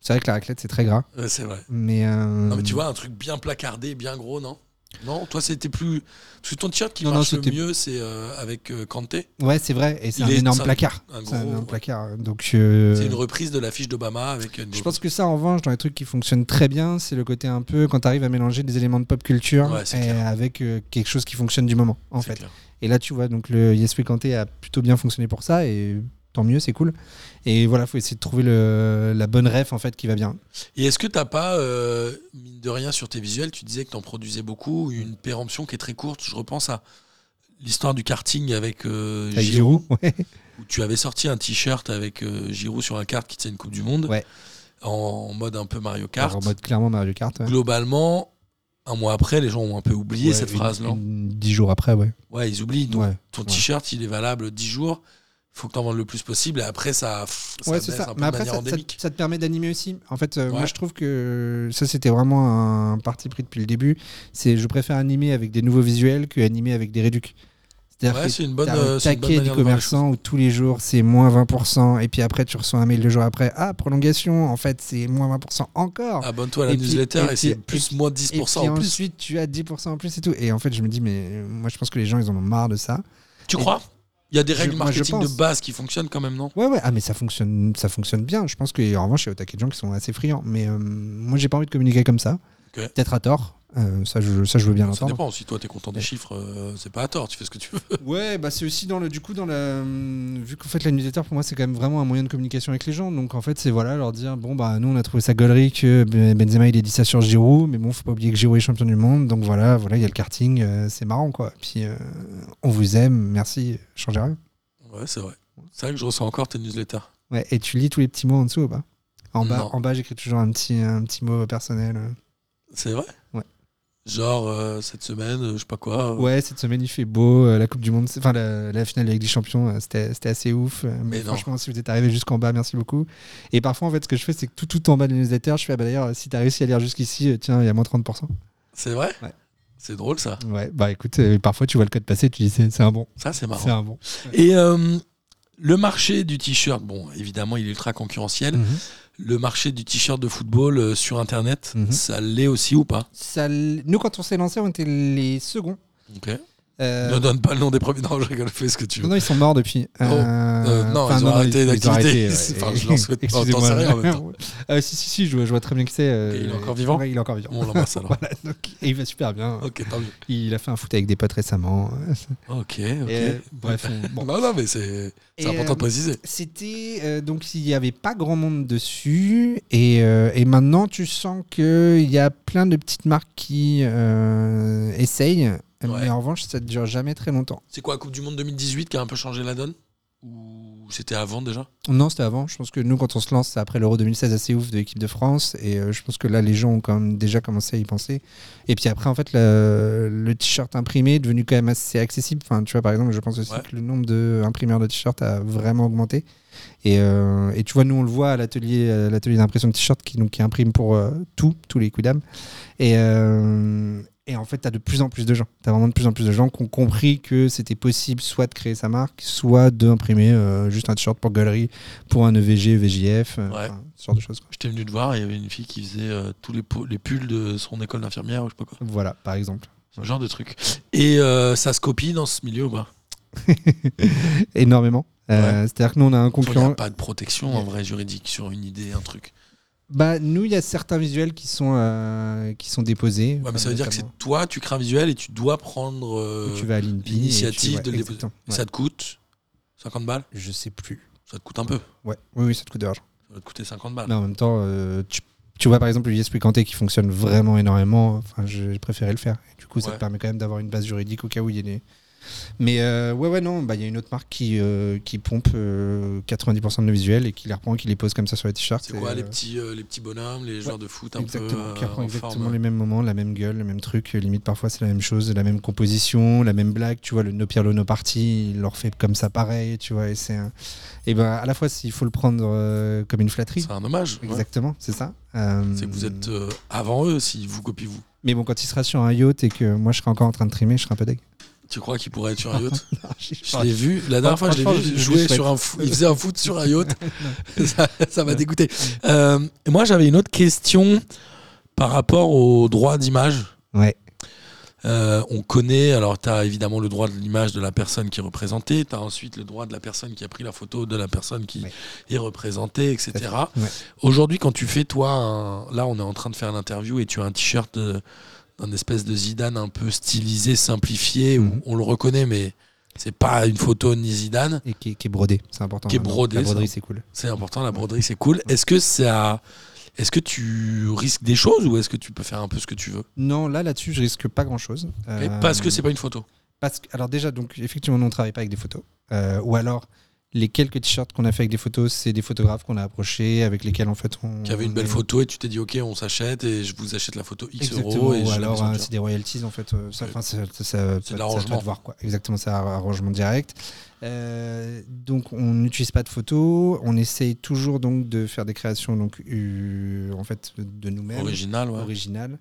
Speaker 5: C'est vrai que la raclette, c'est très gras.
Speaker 1: Ouais, c'est vrai.
Speaker 5: Mais, euh,
Speaker 1: Non, mais tu vois, un truc bien placardé, bien gros, non Non, toi, c'était plus. Parce que ton t-shirt qui
Speaker 5: Non, non,
Speaker 1: marche le
Speaker 5: c'était-
Speaker 1: mieux, c'est euh, avec euh, Kanté.
Speaker 5: Ouais, c'est vrai. Et c'est
Speaker 1: Il
Speaker 5: un
Speaker 1: est-
Speaker 5: énorme
Speaker 1: c'est un-
Speaker 5: placard.
Speaker 1: un
Speaker 5: C'est un
Speaker 1: gros,
Speaker 5: énorme
Speaker 1: ouais.
Speaker 5: placard. Donc, euh,
Speaker 1: C'est une reprise de l'affiche d'Obama avec euh, une.
Speaker 5: Je pense que ça, en revanche, dans les trucs qui fonctionnent très bien, c'est le côté un peu quand tu arrives à mélanger des éléments de pop culture
Speaker 1: Ouais, c'est
Speaker 5: et
Speaker 1: clair.
Speaker 5: avec euh, quelque chose qui fonctionne du moment, en
Speaker 1: C'est
Speaker 5: fait.
Speaker 1: clair.
Speaker 5: Et là, tu vois, donc le Yes We Kanté a plutôt bien fonctionné pour ça et tant mieux, c'est cool. Et voilà, faut essayer de trouver le- la bonne ref en fait qui va bien.
Speaker 1: Et est-ce que t'as pas, euh, mine de rien, sur tes visuels, tu disais que t'en produisais beaucoup, une péremption qui est très courte. Je repense à l'histoire du karting avec euh,
Speaker 5: Avec
Speaker 1: Giroud,
Speaker 5: Giroud, [laughs] ouais.
Speaker 1: où tu avais sorti un t-shirt avec euh, Giroud sur un kart qui tient une Coupe du Monde,
Speaker 5: Ouais.
Speaker 1: en, en mode un peu Mario Kart.
Speaker 5: Alors, en mode clairement Mario Kart. ouais.
Speaker 1: Globalement, un mois après, les gens ont un peu oublié
Speaker 5: Ouais,
Speaker 1: cette
Speaker 5: une-
Speaker 1: phrase, non
Speaker 5: une- Dix jours après, ouais.
Speaker 1: Ouais, ils oublient. Donc,
Speaker 5: Ouais.
Speaker 1: ton
Speaker 5: ouais.
Speaker 1: t-shirt, il est valable 10 jours. faut que t'en vendes le plus possible. Et après, ça, ça
Speaker 5: Ouais,
Speaker 1: baisse
Speaker 5: c'est ça.
Speaker 1: un peu
Speaker 5: Mais
Speaker 1: de
Speaker 5: après,
Speaker 1: manière
Speaker 5: ça, ça-
Speaker 1: endémique.
Speaker 5: ça te permet d'animer aussi. En fait, euh,
Speaker 1: Ouais.
Speaker 5: moi, je trouve que ça, c'était vraiment un parti pris depuis le début. C'est, je préfère animer avec des nouveaux visuels que animer avec des réducs. C'est-à-dire
Speaker 1: Ouais,
Speaker 5: que
Speaker 1: c'est une bonne,
Speaker 5: T'as
Speaker 1: euh,
Speaker 5: un
Speaker 1: c'est une bonne
Speaker 5: taquet du
Speaker 1: manière de voir les
Speaker 5: commerçant où tous les jours c'est moins 20% et puis après tu reçois un mail le jour après ah prolongation en fait c'est moins 20% encore
Speaker 1: choses. Abonne-toi à la
Speaker 5: Et puis-
Speaker 1: newsletter
Speaker 5: et
Speaker 1: et c'est
Speaker 5: puis-
Speaker 1: plus moins
Speaker 5: et
Speaker 1: 10%
Speaker 5: puis
Speaker 1: en plus.
Speaker 5: ensuite tu as 10% en plus et tout et en fait je me dis mais euh, moi je pense que les gens ils en ont marre de ça
Speaker 1: Tu
Speaker 5: et-
Speaker 1: crois Il y a des
Speaker 5: Je-
Speaker 1: règles
Speaker 5: moi, je
Speaker 1: marketing de
Speaker 5: pense.
Speaker 1: base qui fonctionnent quand même, non
Speaker 5: ouais ouais ah mais ça fonctionne ça fonctionne bien je pense que en revanche il y a au taquet de gens qui sont assez friands mais euh, moi j'ai pas envie de communiquer comme ça
Speaker 1: Ok.
Speaker 5: peut-être à tort Euh, ça je ça je veux bien
Speaker 1: Ça
Speaker 5: l'entendre
Speaker 1: dépend. [laughs] Si toi, t'es content des
Speaker 5: Mais-
Speaker 1: chiffres, euh, c'est pas à tort. Tu fais ce que tu veux.
Speaker 5: Ouais, bah c'est aussi dans le du coup dans la vu qu'en fait la newsletter pour moi c'est quand même vraiment un moyen de communication avec les gens. Donc en fait c'est voilà leur dire bon bah nous on a trouvé ça gaulerie que Ben- Benzema il est dit ça sur Giroud, mais bon faut pas oublier que Giroud est champion du monde. Donc voilà voilà il y a le karting, euh, c'est marrant quoi. Puis euh, on vous aime, merci, changez rien.
Speaker 1: Ouais, c'est vrai. C'est vrai que je reçois encore tes newsletters.
Speaker 5: Ouais, et tu lis tous les petits mots en dessous ou pas En bas
Speaker 1: Non.
Speaker 5: en bas j'écris toujours un petit un petit mot personnel.
Speaker 1: C'est vrai
Speaker 5: Ouais.
Speaker 1: Genre, euh, cette semaine, euh, je sais pas quoi. euh,
Speaker 5: Ouais cette semaine il fait beau, euh, la Coupe du Monde, c'est- enfin la, la finale de la Ligue des Champions, euh, c'était c'était assez ouf. euh,
Speaker 1: Mais
Speaker 5: mais
Speaker 1: non.
Speaker 5: franchement, si vous êtes arrivé jusqu'en bas, merci beaucoup. Et parfois en fait, ce que je fais, c'est que tout, tout en bas de la newsletter, je fais ah, bah, d'ailleurs, si t'as réussi à lire jusqu'ici, euh, tiens, il y a moins 30%.
Speaker 1: C'est vrai
Speaker 5: Ouais.
Speaker 1: C'est drôle ça.
Speaker 5: Ouais, bah écoute, euh, parfois tu vois le code passer, tu dis c'est c'est un bon,
Speaker 1: Ça, c'est
Speaker 5: c'est
Speaker 1: marrant.
Speaker 5: un bon.
Speaker 1: Et euh, le marché du t-shirt, bon, évidemment, il est ultra concurrentiel. Le marché du t-shirt de football euh, sur Internet,
Speaker 5: Mhm.
Speaker 1: ça l'est aussi ou pas
Speaker 5: Ça l- Nous, quand on s'est lancé, on était les seconds.
Speaker 1: Ok.
Speaker 5: Euh,
Speaker 1: Ne donne pas le nom des premiers. Non, je rigole, fais ce que tu
Speaker 5: Non,
Speaker 1: veux.
Speaker 5: non, ils sont morts depuis.
Speaker 1: Non, euh, non, ils ont arrêté
Speaker 5: Oh, ils- ils
Speaker 1: l'activité.
Speaker 5: ont [laughs] arrêté,
Speaker 1: Enfin, [laughs] je leur souhaite pas, t'en sais rien, en même temps.
Speaker 5: Euh, si, si, si, je vois, je vois très bien que c'est. euh,
Speaker 1: Et il est encore vivant
Speaker 5: ouais, Il est encore vivant.
Speaker 1: On l'embrasse [laughs] alors.
Speaker 5: [laughs] Voilà, donc, et il va super bien.
Speaker 1: Ok, tant mieux.
Speaker 5: Il a fait un foot avec des potes récemment.
Speaker 1: Ok, ok.
Speaker 5: Et, euh, bref, on- bon.
Speaker 1: [laughs] Non, non, mais c'est c'est
Speaker 5: Et,
Speaker 1: important
Speaker 5: euh,
Speaker 1: de préciser.
Speaker 5: C'était euh, donc il n'y avait pas grand monde dessus et, euh, et maintenant tu sens qu'il y a plein de petites marques qui euh, essayent, mais en revanche ça ne dure jamais très longtemps.
Speaker 1: C'est quoi, la Coupe du Monde 2018 qui a un peu changé la donne Ou c'était avant déjà
Speaker 5: Non, c'était avant. Je pense que nous, quand on se lance, c'est après l'Euro 2016 assez ouf de l'équipe de France. Et euh, je pense que là, les gens ont quand même déjà commencé à y penser. Et puis après, en fait, le, le t-shirt imprimé est devenu quand même assez accessible. Enfin, tu vois, par exemple, je pense aussi
Speaker 1: Ouais.
Speaker 5: que le nombre d'imprimeurs de t-shirts a vraiment augmenté. Et, euh, et tu vois, nous, on le voit à l'atelier à l'atelier d'impression de t-shirts qui, donc, qui imprime pour euh, tout, tous les coups d'âme. Et, euh, et en fait, tu as de plus en plus de gens. Tu as vraiment de plus en plus de gens qui ont compris que c'était possible soit de créer sa marque, soit d'imprimer euh, juste un t-shirt pour galerie, pour un E EVG, VJF, euh,
Speaker 1: Ouais.
Speaker 5: enfin, ce genre de choses. quoi.
Speaker 1: J'étais venu te voir, il y avait une fille qui faisait euh, tous les, po- les pulls de son école d'infirmière ou je sais pas quoi.
Speaker 5: Voilà, par exemple.
Speaker 1: Ce genre de truc. Et euh, ça se copie dans ce milieu ou pas
Speaker 5: Énormément. Euh, C'est-à-dire que nous, on a un
Speaker 1: Il n'y a
Speaker 5: concurrent.
Speaker 1: pas de protection en vrai juridique sur une idée, un truc.
Speaker 5: Bah, nous, il y a certains visuels qui sont, euh, qui sont déposés.
Speaker 1: Ouais, mais ça veut dire que c'est toi, tu crées un visuel et tu dois prendre euh,
Speaker 5: Tu vas à l'INPI. et tu-
Speaker 1: l'initiative
Speaker 5: ouais,
Speaker 1: de le déposer.
Speaker 5: exactement. Ouais.
Speaker 1: Ça te coûte 50 balles
Speaker 5: Je sais plus.
Speaker 1: Ça te coûte un peu.
Speaker 5: Ouais. Oui, oui, ça te coûte de l'argent.
Speaker 1: Ça va te coûter 50 balles.
Speaker 5: Mais en même temps, euh, tu, tu vois par exemple le Puicanté qui fonctionne vraiment énormément. Enfin, je- j'ai préféré le faire. Et du coup, ça
Speaker 1: Ouais.
Speaker 5: te permet quand même d'avoir une base juridique au cas où il y a des. Mais euh, ouais, ouais, non, bah, il y a une autre marque qui, euh, qui pompe euh, 90% de nos visuels et qui les reprend, qui les pose comme ça sur les t-shirts.
Speaker 1: C'est quoi
Speaker 5: Et,
Speaker 1: les
Speaker 5: euh,
Speaker 1: petits, euh, les petits bonhommes, les joueurs de foot un
Speaker 5: Exactement,
Speaker 1: peu
Speaker 5: qui
Speaker 1: euh,
Speaker 5: reprend
Speaker 1: en
Speaker 5: exactement
Speaker 1: forme
Speaker 5: les mêmes moments, la même gueule, le même truc. euh, Limite, parfois, c'est la même chose, la même composition, la même blague. Tu vois, le No Pirlo, No Party, il leur fait comme ça pareil, tu vois. Et, c'est un- et ben, à la fois, il faut le prendre euh, comme une flatterie.
Speaker 1: C'est un hommage. ouais.
Speaker 5: Exactement, c'est ça. Euh,
Speaker 1: C'est que vous êtes euh, avant eux si vous copiez vous.
Speaker 5: Mais bon, quand il sera sur un yacht et que moi je serai encore en train de trimer, je serai un peu deg.
Speaker 1: Tu crois qu'ils pourraient être sur un
Speaker 5: [laughs]
Speaker 1: yacht Je
Speaker 5: Ah,
Speaker 1: l'ai vu, la dernière fois je l'ai
Speaker 5: franchement, je-
Speaker 1: vu
Speaker 5: je
Speaker 1: jouer
Speaker 5: le souhaite.
Speaker 1: sur un fou- il faisait un foot sur un
Speaker 5: [laughs]
Speaker 1: yacht. [laughs] ça ça m'a dégoûté. Euh, et moi j'avais une autre question par rapport au droit d'image.
Speaker 5: Ouais.
Speaker 1: Euh, on connaît, alors tu as évidemment le droit de l'image de la personne qui est représentée, tu as ensuite le droit de la personne qui a pris la photo de la personne qui
Speaker 5: Ouais.
Speaker 1: est représentée, etc.
Speaker 5: Ouais.
Speaker 1: Aujourd'hui, quand tu fais, toi, un- là on est en train de faire l'interview et tu as un t-shirt de- d'un espèce de Zidane un peu stylisé, simplifié,
Speaker 5: Mhm.
Speaker 1: où on le reconnaît, mais c'est pas une photo ni Zidane,
Speaker 5: Et qui, est- qui est brodé, c'est important.
Speaker 1: Qui est
Speaker 5: hein, donc
Speaker 1: brodé,
Speaker 5: La
Speaker 1: ça.
Speaker 5: broderie, c'est cool.
Speaker 1: c'est important, la broderie c'est cool. Est-ce que ça. Est-ce que tu risques des choses ou est-ce que tu peux faire un peu ce que tu veux
Speaker 5: Non, là, là-dessus, je risque pas grand-chose.
Speaker 1: Et
Speaker 5: Euh,
Speaker 1: Parce que c'est pas une photo.
Speaker 5: parce que- alors déjà, donc effectivement, nous, on travaille pas avec des photos. Euh, ou alors, les quelques t-shirts qu'on a fait avec des photos, c'est des photographes qu'on a approchés, avec lesquels en fait on.
Speaker 1: qui avait une
Speaker 5: on
Speaker 1: belle
Speaker 5: est-
Speaker 1: photo et tu t'es dit ok on s'achète et je vous achète la photo X
Speaker 5: Exactement,
Speaker 1: euros et
Speaker 5: ou
Speaker 1: je la
Speaker 5: alors
Speaker 1: mets sur
Speaker 5: euh,
Speaker 1: le
Speaker 5: c'est des royalties en fait. euh, ça,
Speaker 1: Ouais.
Speaker 5: enfin, ça- ça- ça-
Speaker 1: C'est de
Speaker 5: ça-
Speaker 1: l'arrangement.
Speaker 5: ça doit te voir, quoi. Exactement, c'est un arrangement direct. Euh, donc on n'utilise pas de photos, on essaye toujours donc de faire des créations donc euh, en fait de nous-mêmes,
Speaker 1: original ouais.
Speaker 5: originales.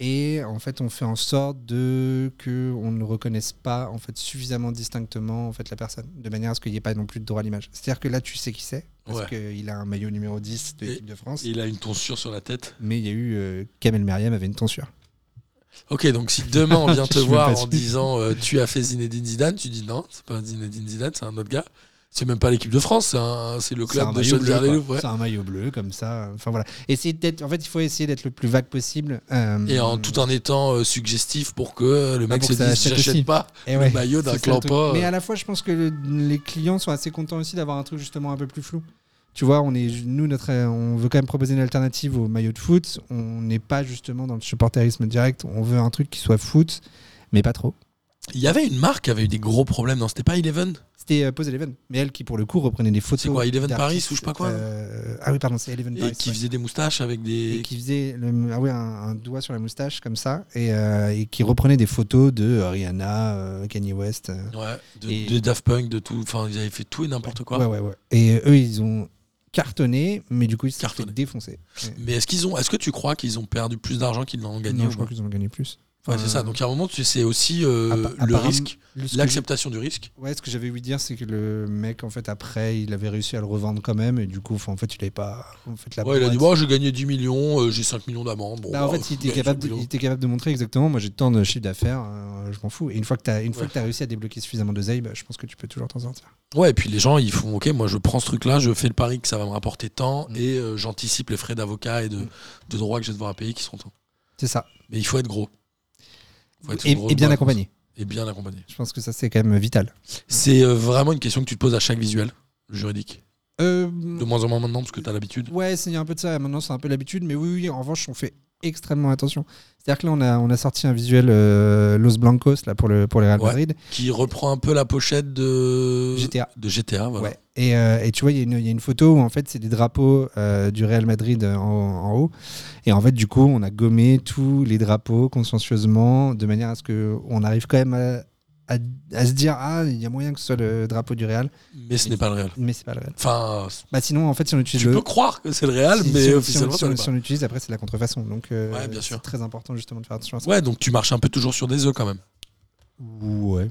Speaker 5: Et en fait, on fait en sorte de que on ne reconnaisse pas en fait suffisamment distinctement en fait la personne, de manière à ce qu'il n'y ait pas non plus de droit à l'image. C'est-à-dire que là, tu sais qui c'est parce
Speaker 1: Ouais.
Speaker 5: qu'il a un maillot numéro 10 de
Speaker 1: Et-
Speaker 5: l'équipe de France.
Speaker 1: Il a une tonsure sur la tête.
Speaker 5: Mais il y a eu euh, Kamel Meriem avait une tonsure.
Speaker 1: Ok, donc si demain
Speaker 5: [laughs]
Speaker 1: on vient
Speaker 5: Je
Speaker 1: te
Speaker 5: suis
Speaker 1: voir
Speaker 5: même
Speaker 1: en
Speaker 5: pas sûr.
Speaker 1: disant euh, tu as fait Zinedine Zidane, tu dis non, c'est pas Zinedine Zidane, c'est un autre gars. C'est même pas l'équipe de France, c'est un- c'est le
Speaker 5: C'est un
Speaker 1: club de
Speaker 5: maillot
Speaker 1: John
Speaker 5: bleu, quoi.
Speaker 1: Gerleloup. ouais.
Speaker 5: C'est un maillot bleu comme ça. Enfin voilà. Essayer d'être. En fait, il faut essayer d'être le plus vague possible. euh,
Speaker 1: Et en, tout en étant euh, suggestif pour que euh, le mec
Speaker 5: Ah, pour
Speaker 1: se
Speaker 5: que ça
Speaker 1: dise
Speaker 5: achète
Speaker 1: j'achète
Speaker 5: aussi.
Speaker 1: pas
Speaker 5: Et
Speaker 1: le
Speaker 5: ouais.
Speaker 1: maillot d'un
Speaker 5: [laughs] C'est ça le truc.
Speaker 1: clampa. euh.
Speaker 5: Mais à la fois, je pense que le- les clients sont assez contents aussi d'avoir un truc justement un peu plus flou. Tu vois, on est, nous, notre, euh, on veut quand même proposer une alternative au maillot de foot. On n'est pas justement dans le supporterisme direct. On veut un truc qui soit foot, mais pas trop.
Speaker 1: Il y avait une marque qui avait eu des gros problèmes, non C'était pas Eleven
Speaker 5: C'était euh, Pose Eleven, mais elle qui pour le coup reprenait des photos.
Speaker 1: C'est quoi, Eleven
Speaker 5: d'artistes,
Speaker 1: Paris ou je sais pas quoi,
Speaker 5: euh, Ah oui, pardon, c'est Eleven
Speaker 1: Et
Speaker 5: Paris.
Speaker 1: qui
Speaker 5: ouais.
Speaker 1: faisait des moustaches avec
Speaker 5: et
Speaker 1: des.
Speaker 5: qui faisait le- ah oui, un, un doigt sur la moustache comme ça et, euh, et qui reprenait des photos de euh, Rihanna, euh, Kanye West. euh,
Speaker 1: Ouais, de,
Speaker 5: Et-
Speaker 1: de Daft Punk, de tout. Enfin, ils avaient fait tout et n'importe quoi.
Speaker 5: Ouais, ouais, ouais. Et eux, ils ont cartonné, mais du coup, ils se sont fait
Speaker 1: Cartonné.
Speaker 5: défoncer. Ouais.
Speaker 1: Mais est-ce qu'ils ont, est-ce que tu crois qu'ils ont perdu plus d'argent qu'ils n'en ont gagné
Speaker 5: Non,
Speaker 1: ou
Speaker 5: je crois
Speaker 1: pas
Speaker 5: qu'ils en ont gagné plus.
Speaker 1: Ouais, c'est ça. Donc à un moment, tu c'est aussi euh,
Speaker 5: Appa-
Speaker 1: le
Speaker 5: bah, apparemment-
Speaker 1: risque,
Speaker 5: Le- ce que
Speaker 1: l'acceptation du risque.
Speaker 5: j'ai- Ouais, ce que j'avais ouï dire, c'est que le mec, en fait, après, il avait réussi à le revendre quand même, et du coup, enfin, en fait, il avait pas. En fait, la
Speaker 1: Ouais, il a dit
Speaker 5: boîte-
Speaker 1: bon, j'ai gagné 10 millions, euh, j'ai 5 millions d'amende. Bon,
Speaker 5: Bah, en
Speaker 1: bah,
Speaker 5: fait,
Speaker 1: [laughs]
Speaker 5: il était,
Speaker 1: pff,
Speaker 5: capable de,
Speaker 1: millions.
Speaker 5: il était capable de montrer exactement. Moi, j'ai tant de chiffre d'affaires, euh, je m'en fous. Et une fois que tu as,
Speaker 1: Ouais.
Speaker 5: as réussi à débloquer suffisamment de bah, je pense que tu peux toujours t'en sortir.
Speaker 1: Ouais, et puis les gens, ils font ok, moi je prends ce truc-là, je fais le pari que ça va me rapporter tant,
Speaker 5: Mm.
Speaker 1: et euh, j'anticipe les frais d'avocat et de,
Speaker 5: Mm.
Speaker 1: de droits que je vais devoir payer qui seront tant.
Speaker 5: C'est ça.
Speaker 1: Mais il faut être gros. Faut être
Speaker 5: Et,
Speaker 1: une grosse
Speaker 5: et bien
Speaker 1: boîte,
Speaker 5: accompagné.
Speaker 1: Et bien accompagné.
Speaker 5: Je pense que ça, c'est quand même vital.
Speaker 1: C'est euh, vraiment une question que tu te poses à chaque visuel le juridique.
Speaker 5: Euh,
Speaker 1: De moins en moins maintenant, parce que tu as l'habitude.
Speaker 5: Ouais, c'est il y a un peu de ça. Maintenant, c'est un peu l'habitude. Mais oui, oui, en revanche, on fait extrêmement attention. C'est-à-dire que là, on a, on a sorti un visuel euh, Los Blancos là, pour, le, pour le Real
Speaker 1: Ouais.
Speaker 5: Madrid.
Speaker 1: Qui reprend un peu la pochette de
Speaker 5: GTA.
Speaker 1: Ah, De GTA, voilà.
Speaker 5: Ouais. Et, euh, et tu vois, il y, a une- il y a une photo où en fait, c'est des drapeaux euh, du Real Madrid euh, en, en haut. Et en fait, du coup, on a gommé tous les drapeaux consciencieusement de manière à ce qu'on arrive quand même à, à- à se dire Ah, il y a moyen que ce soit le drapeau du Real,
Speaker 1: Mais ce n'est pas le réel.
Speaker 5: mais c'est pas le Real.
Speaker 1: Enfin, euh,
Speaker 5: Bah, sinon, en fait, si on utilise
Speaker 1: tu
Speaker 5: le.
Speaker 1: peux croire que c'est le réel, Ah,
Speaker 5: si-
Speaker 1: mais
Speaker 5: si on-
Speaker 1: officiellement,
Speaker 5: si
Speaker 1: ça
Speaker 5: on,
Speaker 1: l'est
Speaker 5: si
Speaker 1: pas.
Speaker 5: on l'utilise, après, c'est la contrefaçon. Donc, euh,
Speaker 1: Ouais, bien sûr.
Speaker 5: c'est très important justement de faire attention à ça.
Speaker 1: Ouais, donc tu marches un peu toujours sur des œufs quand même.
Speaker 5: Ouais.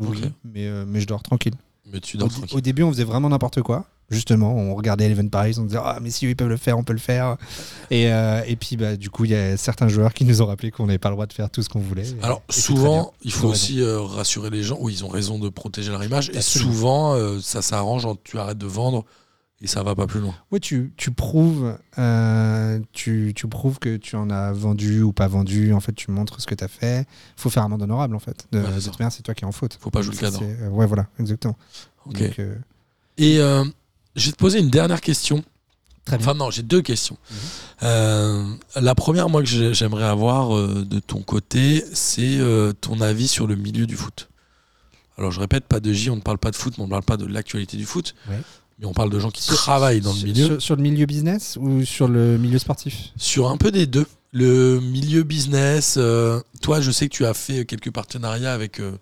Speaker 5: Oui,
Speaker 1: Ok.
Speaker 5: mais, euh, mais je dors tranquille.
Speaker 1: Mais tu dors
Speaker 5: au,
Speaker 1: tranquille.
Speaker 5: au début, on faisait vraiment n'importe quoi. Justement, on regardait Eleven Paris, on disait Ah, mais si eux, ils peuvent le faire, on peut le faire. Et, euh, et puis, bah, du coup, il y a certains joueurs qui nous ont rappelé qu'on n'avait pas le droit de faire tout ce qu'on voulait. Et-
Speaker 1: Alors
Speaker 5: et c'est très bien.
Speaker 1: souvent, il
Speaker 5: Ils
Speaker 1: faut
Speaker 5: ont
Speaker 1: aussi euh, rassurer les gens. Oui, ils ont raison de protéger leur image. Et
Speaker 5: Absolument.
Speaker 1: souvent, euh, ça s'arrange. en Tu arrêtes de vendre et ça va pas plus loin.
Speaker 5: Ouais, tu, tu prouves, euh, tu, tu prouves que tu en as vendu ou pas vendu. En fait, tu montres ce que tu as fait. faut faire un monde honorable, en fait. De,
Speaker 1: Ouais, c'est
Speaker 5: de
Speaker 1: ça.
Speaker 5: toute manière, c'est toi qui es en faute.
Speaker 1: Faut pas jouer le cadre.
Speaker 5: C'est- euh, ouais, voilà, exactement.
Speaker 1: Ok.
Speaker 5: Donc, euh,
Speaker 1: Et euh, je vais te poser une dernière question.
Speaker 5: Très bien.
Speaker 1: Enfin non, j'ai deux questions.
Speaker 5: Mhm.
Speaker 1: Euh, la première, moi, que j'ai- j'aimerais avoir euh, de ton côté, c'est euh, ton avis sur le milieu du foot. Alors je répète, pas de J, on ne parle pas de foot, mais on ne parle pas de l'actualité du foot,
Speaker 5: Ouais.
Speaker 1: mais on parle de gens qui travaillent dans le
Speaker 5: sur-
Speaker 1: milieu.
Speaker 5: Sur, sur le milieu business ou sur le milieu sportif
Speaker 1: Sur un peu des deux. Le milieu business, euh, toi, je sais que tu as fait quelques partenariats avec. euh,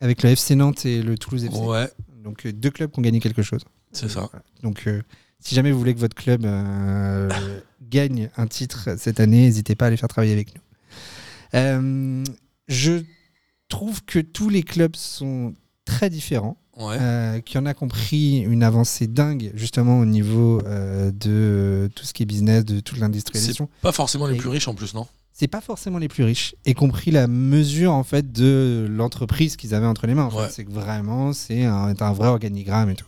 Speaker 5: Avec le FC Nantes et le Toulouse FC.
Speaker 1: ouais,
Speaker 5: Donc euh, deux clubs qui ont gagné quelque chose.
Speaker 1: c'est ça.
Speaker 5: Voilà. Donc euh, si jamais vous voulez que votre club euh, [laughs] gagne un titre cette année, n'hésitez pas à les faire travailler avec nous. Euh, je trouve que tous les clubs sont très différents,
Speaker 1: Ouais.
Speaker 5: euh, qu'il y en a compris une avancée dingue justement au niveau euh, de tout ce qui est business, de toute l'industrialisation.
Speaker 1: Pas forcément les
Speaker 5: et-
Speaker 1: plus riches en plus, non
Speaker 5: c'est pas forcément les plus riches, y compris la mesure en fait de l'entreprise qu'ils avaient entre les mains. en fait.
Speaker 1: Ouais.
Speaker 5: C'est que vraiment, c'est un, t'as un vrai organigramme et tout.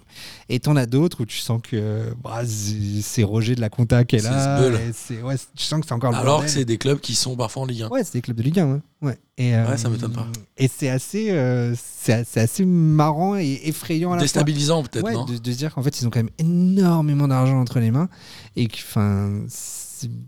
Speaker 5: Et t'en as d'autres où tu sens que bah, c'est c'est Roger de la Conta qui est
Speaker 1: C'est
Speaker 5: là.
Speaker 1: ce beul.
Speaker 5: et c'est- ouais, tu sens que c'est encore le
Speaker 1: Alors que
Speaker 5: bordel.
Speaker 1: c'est des clubs qui sont parfois en Ligue 1.
Speaker 5: Ouais, c'est des clubs de Ligue 1. Ouais. Ouais. Et, euh,
Speaker 1: Ouais, ça m'étonne pas.
Speaker 5: Et c'est assez, euh, c'est a- c'est assez marrant et effrayant à la fois.
Speaker 1: Déstabilisant peut-être,
Speaker 5: Ouais,
Speaker 1: non
Speaker 5: de, de se dire qu'en fait, ils ont quand même énormément d'argent entre les mains et que, enfin, c'est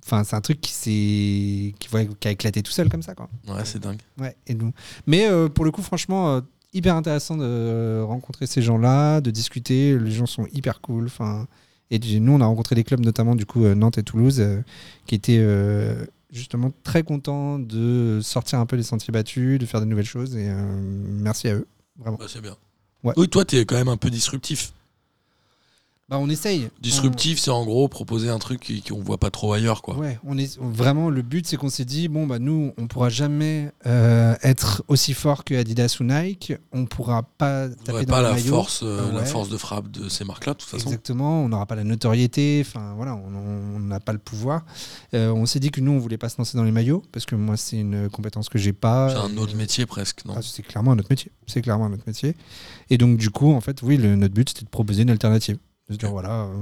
Speaker 5: enfin, c'est un truc qui s'est, qui, ouais, qui a éclaté tout seul comme ça, quoi.
Speaker 1: Ouais, c'est dingue.
Speaker 5: Ouais, et donc. Mais euh, pour le coup, franchement, euh, hyper intéressant de euh, rencontrer ces gens-là, de discuter. Les gens sont hyper cool. Enfin, et du- nous, on a rencontré des clubs, notamment du coup euh, Nantes et Toulouse, euh, qui étaient euh, justement très contents de sortir un peu des sentiers battus, de faire des nouvelles choses. Et euh, merci à eux, vraiment.
Speaker 1: Bah, c'est bien.
Speaker 5: Ouais.
Speaker 1: Oui, toi, tu es quand même un peu disruptif.
Speaker 5: Bah, on essaye.
Speaker 1: Disruptif, c'est en gros proposer un truc qui- qu'on voit pas trop ailleurs,
Speaker 5: On-
Speaker 1: quoi.
Speaker 5: Mm. ouais, on est, on- vraiment, le but, c'est qu'on s'est dit, bon, bah, nous, on pourra jamais euh, être aussi fort que Adidas ou Nike. On pourra pas taper
Speaker 1: Ouais,
Speaker 5: dans
Speaker 1: pas
Speaker 5: le
Speaker 1: la
Speaker 5: maillot.
Speaker 1: force, euh,
Speaker 5: Ah
Speaker 1: la
Speaker 5: ouais.
Speaker 1: force de frappe de ces marques-là, de toute façon.
Speaker 5: Exactement, on n'aura pas la notoriété, enfin voilà, on- on on n'a pas le pouvoir. Euh, on s'est dit que nous, on voulait pas se lancer dans les maillots, parce que moi, c'est une compétence que j'ai pas.
Speaker 1: C'est un autre métier presque, non
Speaker 5: Ah, c'est clairement un autre métier. C'est clairement un autre métier. Et donc, du coup, en fait, oui, le- notre but, c'était de proposer une alternative. De se dire,
Speaker 1: Ok.
Speaker 5: voilà, euh,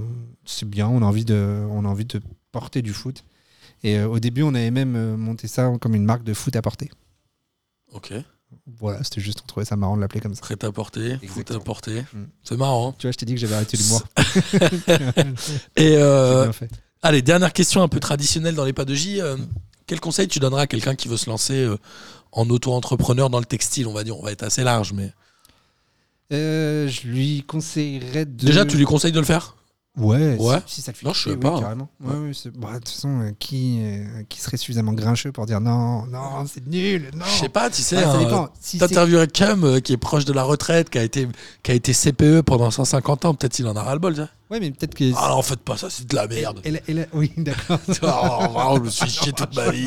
Speaker 5: c'est bien, on a, envie de, on a envie de porter du foot. Et euh, au début, on avait même euh, monté ça comme une marque de foot à porter.
Speaker 1: Ok.
Speaker 5: Voilà, c'était juste, on trouvait ça marrant de l'appeler comme ça.
Speaker 1: Prêt à porter, foot à
Speaker 5: Exactement.
Speaker 1: porter.
Speaker 5: Mm.
Speaker 1: C'est marrant. hein.
Speaker 5: Tu vois, je t'ai dit que j'avais
Speaker 1: [laughs]
Speaker 5: arrêté l'humour.
Speaker 1: Et
Speaker 5: [laughs] C'est
Speaker 1: euh,
Speaker 5: bien Mm. fait.
Speaker 1: allez, dernière question un peu traditionnelle dans les pas de J. euh, quel conseil tu donneras à quelqu'un qui veut se lancer euh, en auto-entrepreneur dans le textile On va dire, on va être assez large, mais
Speaker 5: Euh, je lui conseillerais de.
Speaker 1: déjà, tu lui conseilles de le faire
Speaker 5: Ouais,
Speaker 1: Ouais.
Speaker 5: Si, si ça te fait
Speaker 1: Non, je
Speaker 5: kiffer,
Speaker 1: sais
Speaker 5: oui,
Speaker 1: pas. hein.
Speaker 5: carrément. Ouais,
Speaker 1: Ouais.
Speaker 5: ouais, c'est- bah, de toute façon, euh, qui, euh, qui serait suffisamment grincheux pour dire non, non, c'est nul, non
Speaker 1: Je sais pas, tu sais.
Speaker 5: Ouais, ça
Speaker 1: un-
Speaker 5: dépend. Si c'est-
Speaker 1: T'interviewerais Cam euh, qui est proche de la retraite, qui a été, qui a été CPE pendant 150 ans, peut-être il en a ras-le-bol. ça.
Speaker 5: Ouais, mais peut-être que.
Speaker 1: Ah non, faites pas ça, c'est de la merde.
Speaker 5: Elle- elle- Oui, [laughs] d'accord.
Speaker 1: [laughs] Oh, vraiment, je me suis chié toute ma vie.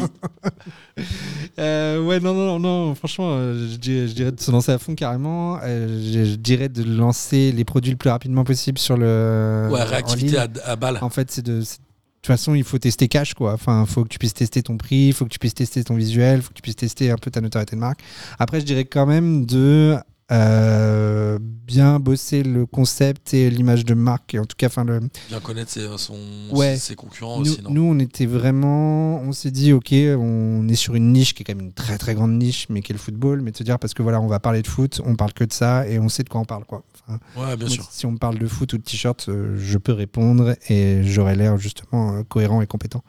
Speaker 5: Euh, ouais, non, non, non, non, franchement, euh, je, dirais- je dirais de se lancer à fond carrément. Euh, je, je dirais de lancer les produits le plus rapidement possible sur le.
Speaker 1: Ouais,
Speaker 5: Euh, en ligne.
Speaker 1: réactivité à, à balle.
Speaker 5: En fait, c'est de. c'est- De toute façon, il faut tester cash, quoi. Enfin, faut que tu puisses tester ton prix, faut que tu puisses tester ton visuel, faut que tu puisses tester un peu ta notoriété de marque. Après, je dirais quand même de euh, bien bosser le concept et l'image de marque. Et en tout cas, enfin, le,
Speaker 1: Bien connaître ses, euh, son-
Speaker 5: Ouais.
Speaker 1: ses concurrents
Speaker 5: nous,
Speaker 1: aussi, non
Speaker 5: nous, on était vraiment, on s'est dit, ok, on est sur une niche qui est quand même une très très grande niche, mais qui est le football. Mais de se dire parce que voilà, on va parler de foot, on parle que de ça et on sait de quoi on parle, quoi. Enfin,
Speaker 1: Ouais, bien
Speaker 5: moi,
Speaker 1: sûr.
Speaker 5: Si on me parle de foot ou de t-shirt, euh, je peux répondre et j'aurai l'air justement euh, cohérent et compétent.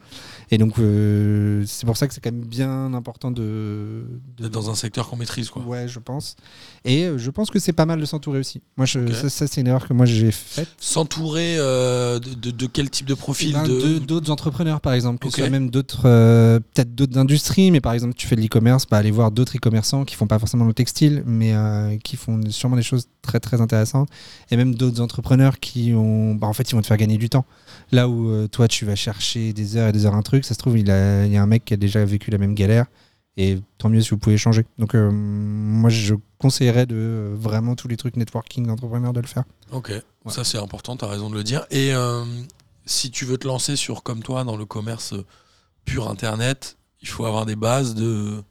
Speaker 5: Et donc, euh, c'est pour ça que c'est quand même bien important de. de-
Speaker 1: D'être dans un secteur qu'on maîtrise, quoi.
Speaker 5: Ouais, je pense. Et euh, je pense que c'est pas mal de s'entourer aussi. Moi, je-
Speaker 1: Ok.
Speaker 5: ça, ça, c'est une erreur que moi j'ai faite.
Speaker 1: S'entourer euh, de, de- de quel type de
Speaker 5: Eh
Speaker 1: profil
Speaker 5: ben,
Speaker 1: de...
Speaker 5: de- d'autres entrepreneurs par exemple que ce
Speaker 1: Ok.
Speaker 5: soit même d'autres euh, peut-être d'autres industries mais par exemple tu fais de l'e-commerce bah, aller voir d'autres e-commerçants qui font pas forcément le textile mais euh, qui font sûrement des choses très très intéressantes et même d'autres entrepreneurs qui ont bah, en fait ils vont te faire gagner du temps là où euh, toi tu vas chercher des heures et des heures un truc ça se trouve il, a- il y a un mec qui a déjà vécu la même galère et tant mieux si vous pouvez changer donc euh, moi je conseillerais de euh, vraiment tous les trucs networking d'entrepreneurs de le faire
Speaker 1: Ok, ça c'est important, t'as raison de le dire. Et euh, si tu veux te lancer sur, comme toi, dans le commerce euh, pur Internet, il faut avoir des bases de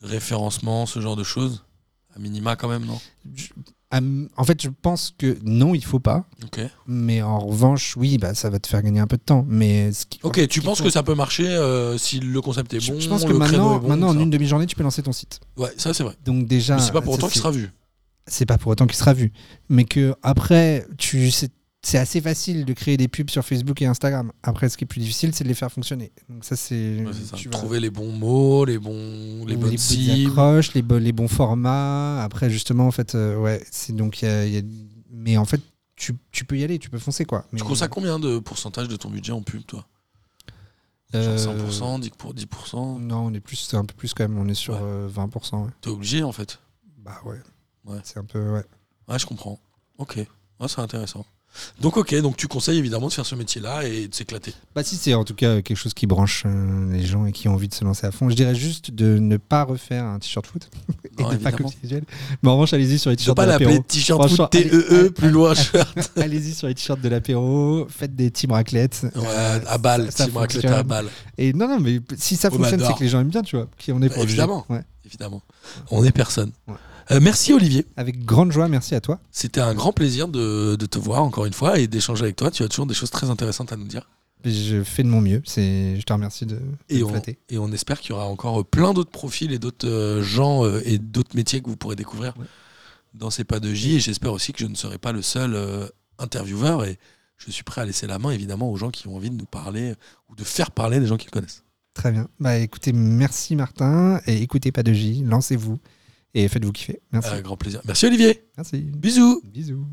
Speaker 1: référencement, ce genre de choses. À minima quand même, non
Speaker 5: Je- à m- en fait je pense que non il faut pas
Speaker 1: Ok.
Speaker 5: Mais en revanche, oui, bah, ça va te faire gagner un peu de temps. Mais ce qui-
Speaker 1: Ok, tu penses que ça peut marcher euh, si le concept est
Speaker 5: je,
Speaker 1: bon,
Speaker 5: je pense que
Speaker 1: le créneau
Speaker 5: maintenant,
Speaker 1: est bon
Speaker 5: maintenant en
Speaker 1: ça.
Speaker 5: une demi-journée, tu peux lancer ton site.
Speaker 1: Ouais, ça c'est vrai.
Speaker 5: Donc déjà,
Speaker 1: Mais c'est pas pour
Speaker 5: ça,
Speaker 1: autant qu'il
Speaker 5: c'est-
Speaker 1: sera vu.
Speaker 5: c'est pas pour autant qu'il sera vu. Mais que après, tu c'est c'est assez facile de créer des pubs sur Facebook et Instagram. Après, ce qui est plus difficile, c'est de les faire fonctionner. Donc ça, c'est
Speaker 1: Ouais, c'est ça.
Speaker 5: tu vas-
Speaker 1: Trouver les bons mots, les, bons, les
Speaker 5: ou
Speaker 1: bonnes
Speaker 5: bonnes
Speaker 1: cibles.
Speaker 5: accroches, les, bo- les bons formats. Après, justement, en fait, euh, ouais, c'est donc il y a- il y a- mais en fait, tu, tu peux y aller, tu peux foncer quoi. Mais-
Speaker 1: Tu consacres combien de pourcentage de ton budget en pub, toi Genre
Speaker 5: Euh,
Speaker 1: 100%, 10%, pour 10%
Speaker 5: Non, on est plus, c'est un peu plus quand même. On est sur
Speaker 1: Ouais.
Speaker 5: euh, 20%. ouais.
Speaker 1: T'es obligé en fait.
Speaker 5: Bah ouais.
Speaker 1: Ouais.
Speaker 5: C'est un peu. Ouais.
Speaker 1: Ouais, Ah, je comprends. Ok, Ouais, c'est intéressant. Donc ok, donc tu conseilles évidemment de faire ce métier-là et de s'éclater.
Speaker 5: Bah si c'est en tout cas euh, quelque chose qui branche euh, les gens et qui ont envie de se lancer à fond. Je dirais juste de ne pas refaire un t-shirt foot et
Speaker 1: Non,
Speaker 5: de pas
Speaker 1: évidemment.
Speaker 5: copier-coller. Mais en revanche, allez-y sur les
Speaker 1: Je ne
Speaker 5: t-shirts
Speaker 1: pas
Speaker 5: de
Speaker 1: l'appeler
Speaker 5: l'apéro.
Speaker 1: t-shirt foot
Speaker 5: Franchement, allez,
Speaker 1: TEE [laughs]
Speaker 5: allez,
Speaker 1: plus loin.
Speaker 5: allez-y sur les t-shirts de l'apéro. Faites des team raclettes.
Speaker 1: Ouais,
Speaker 5: Euh,
Speaker 1: à balle,
Speaker 5: ça
Speaker 1: si moi
Speaker 5: fonctionne.
Speaker 1: à balle,
Speaker 5: et non non mais p- si ça
Speaker 1: Oh,
Speaker 5: fonctionne,
Speaker 1: bah,
Speaker 5: c'est que les gens aiment bien, tu vois. Qui on est pour juger.
Speaker 1: Évidemment.
Speaker 5: Ouais.
Speaker 1: évidemment. On est personne.
Speaker 5: Ouais.
Speaker 1: Euh, merci Olivier,
Speaker 5: Avec grande joie, merci à toi.
Speaker 1: c'était un grand plaisir de, de te voir encore une fois et d'échanger avec toi. Tu as toujours des choses très intéressantes à nous dire.
Speaker 5: Je fais de mon mieux. C'est je te remercie de, de
Speaker 1: Et
Speaker 5: me
Speaker 1: on,
Speaker 5: flatter.
Speaker 1: et on espère qu'il y aura encore euh, plein d'autres profils et d'autres euh, gens euh, et d'autres métiers que vous pourrez découvrir
Speaker 5: Ouais.
Speaker 1: dans ces pas de J. Et j'espère aussi que je ne serai pas le seul euh, intervieweur. Et je suis prêt à laisser la main, évidemment, aux gens qui ont envie de nous parler euh, ou de faire parler des gens qu'ils connaissent.
Speaker 5: Très bien. Bah écoutez, merci Martin et écoutez pas de J, lancez-vous et faites-vous kiffer. Merci.
Speaker 1: Avec grand plaisir. Merci Olivier.
Speaker 5: Merci.
Speaker 1: Bisous.
Speaker 5: Bisous.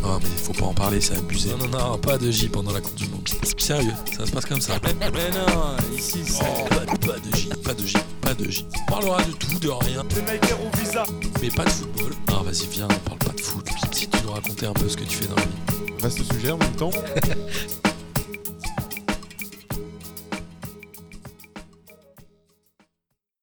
Speaker 1: Non, Ah, mais faut pas en parler, c'est abusé. Non, non, non, pas de J pendant la Coupe du Monde. Sérieux, ça se passe comme ça. Oh,
Speaker 2: Mais non, ici c'est.
Speaker 1: pas, pas de J, pas de J, pas de J. On parlera de tout, de rien,
Speaker 2: Des Nike ou Visa.
Speaker 1: mais pas de football. Ah, vas-y, viens, on parle pas de foot. si tu nous racontais un peu ce que tu fais dans la vie.
Speaker 3: Vaste sujet en même temps.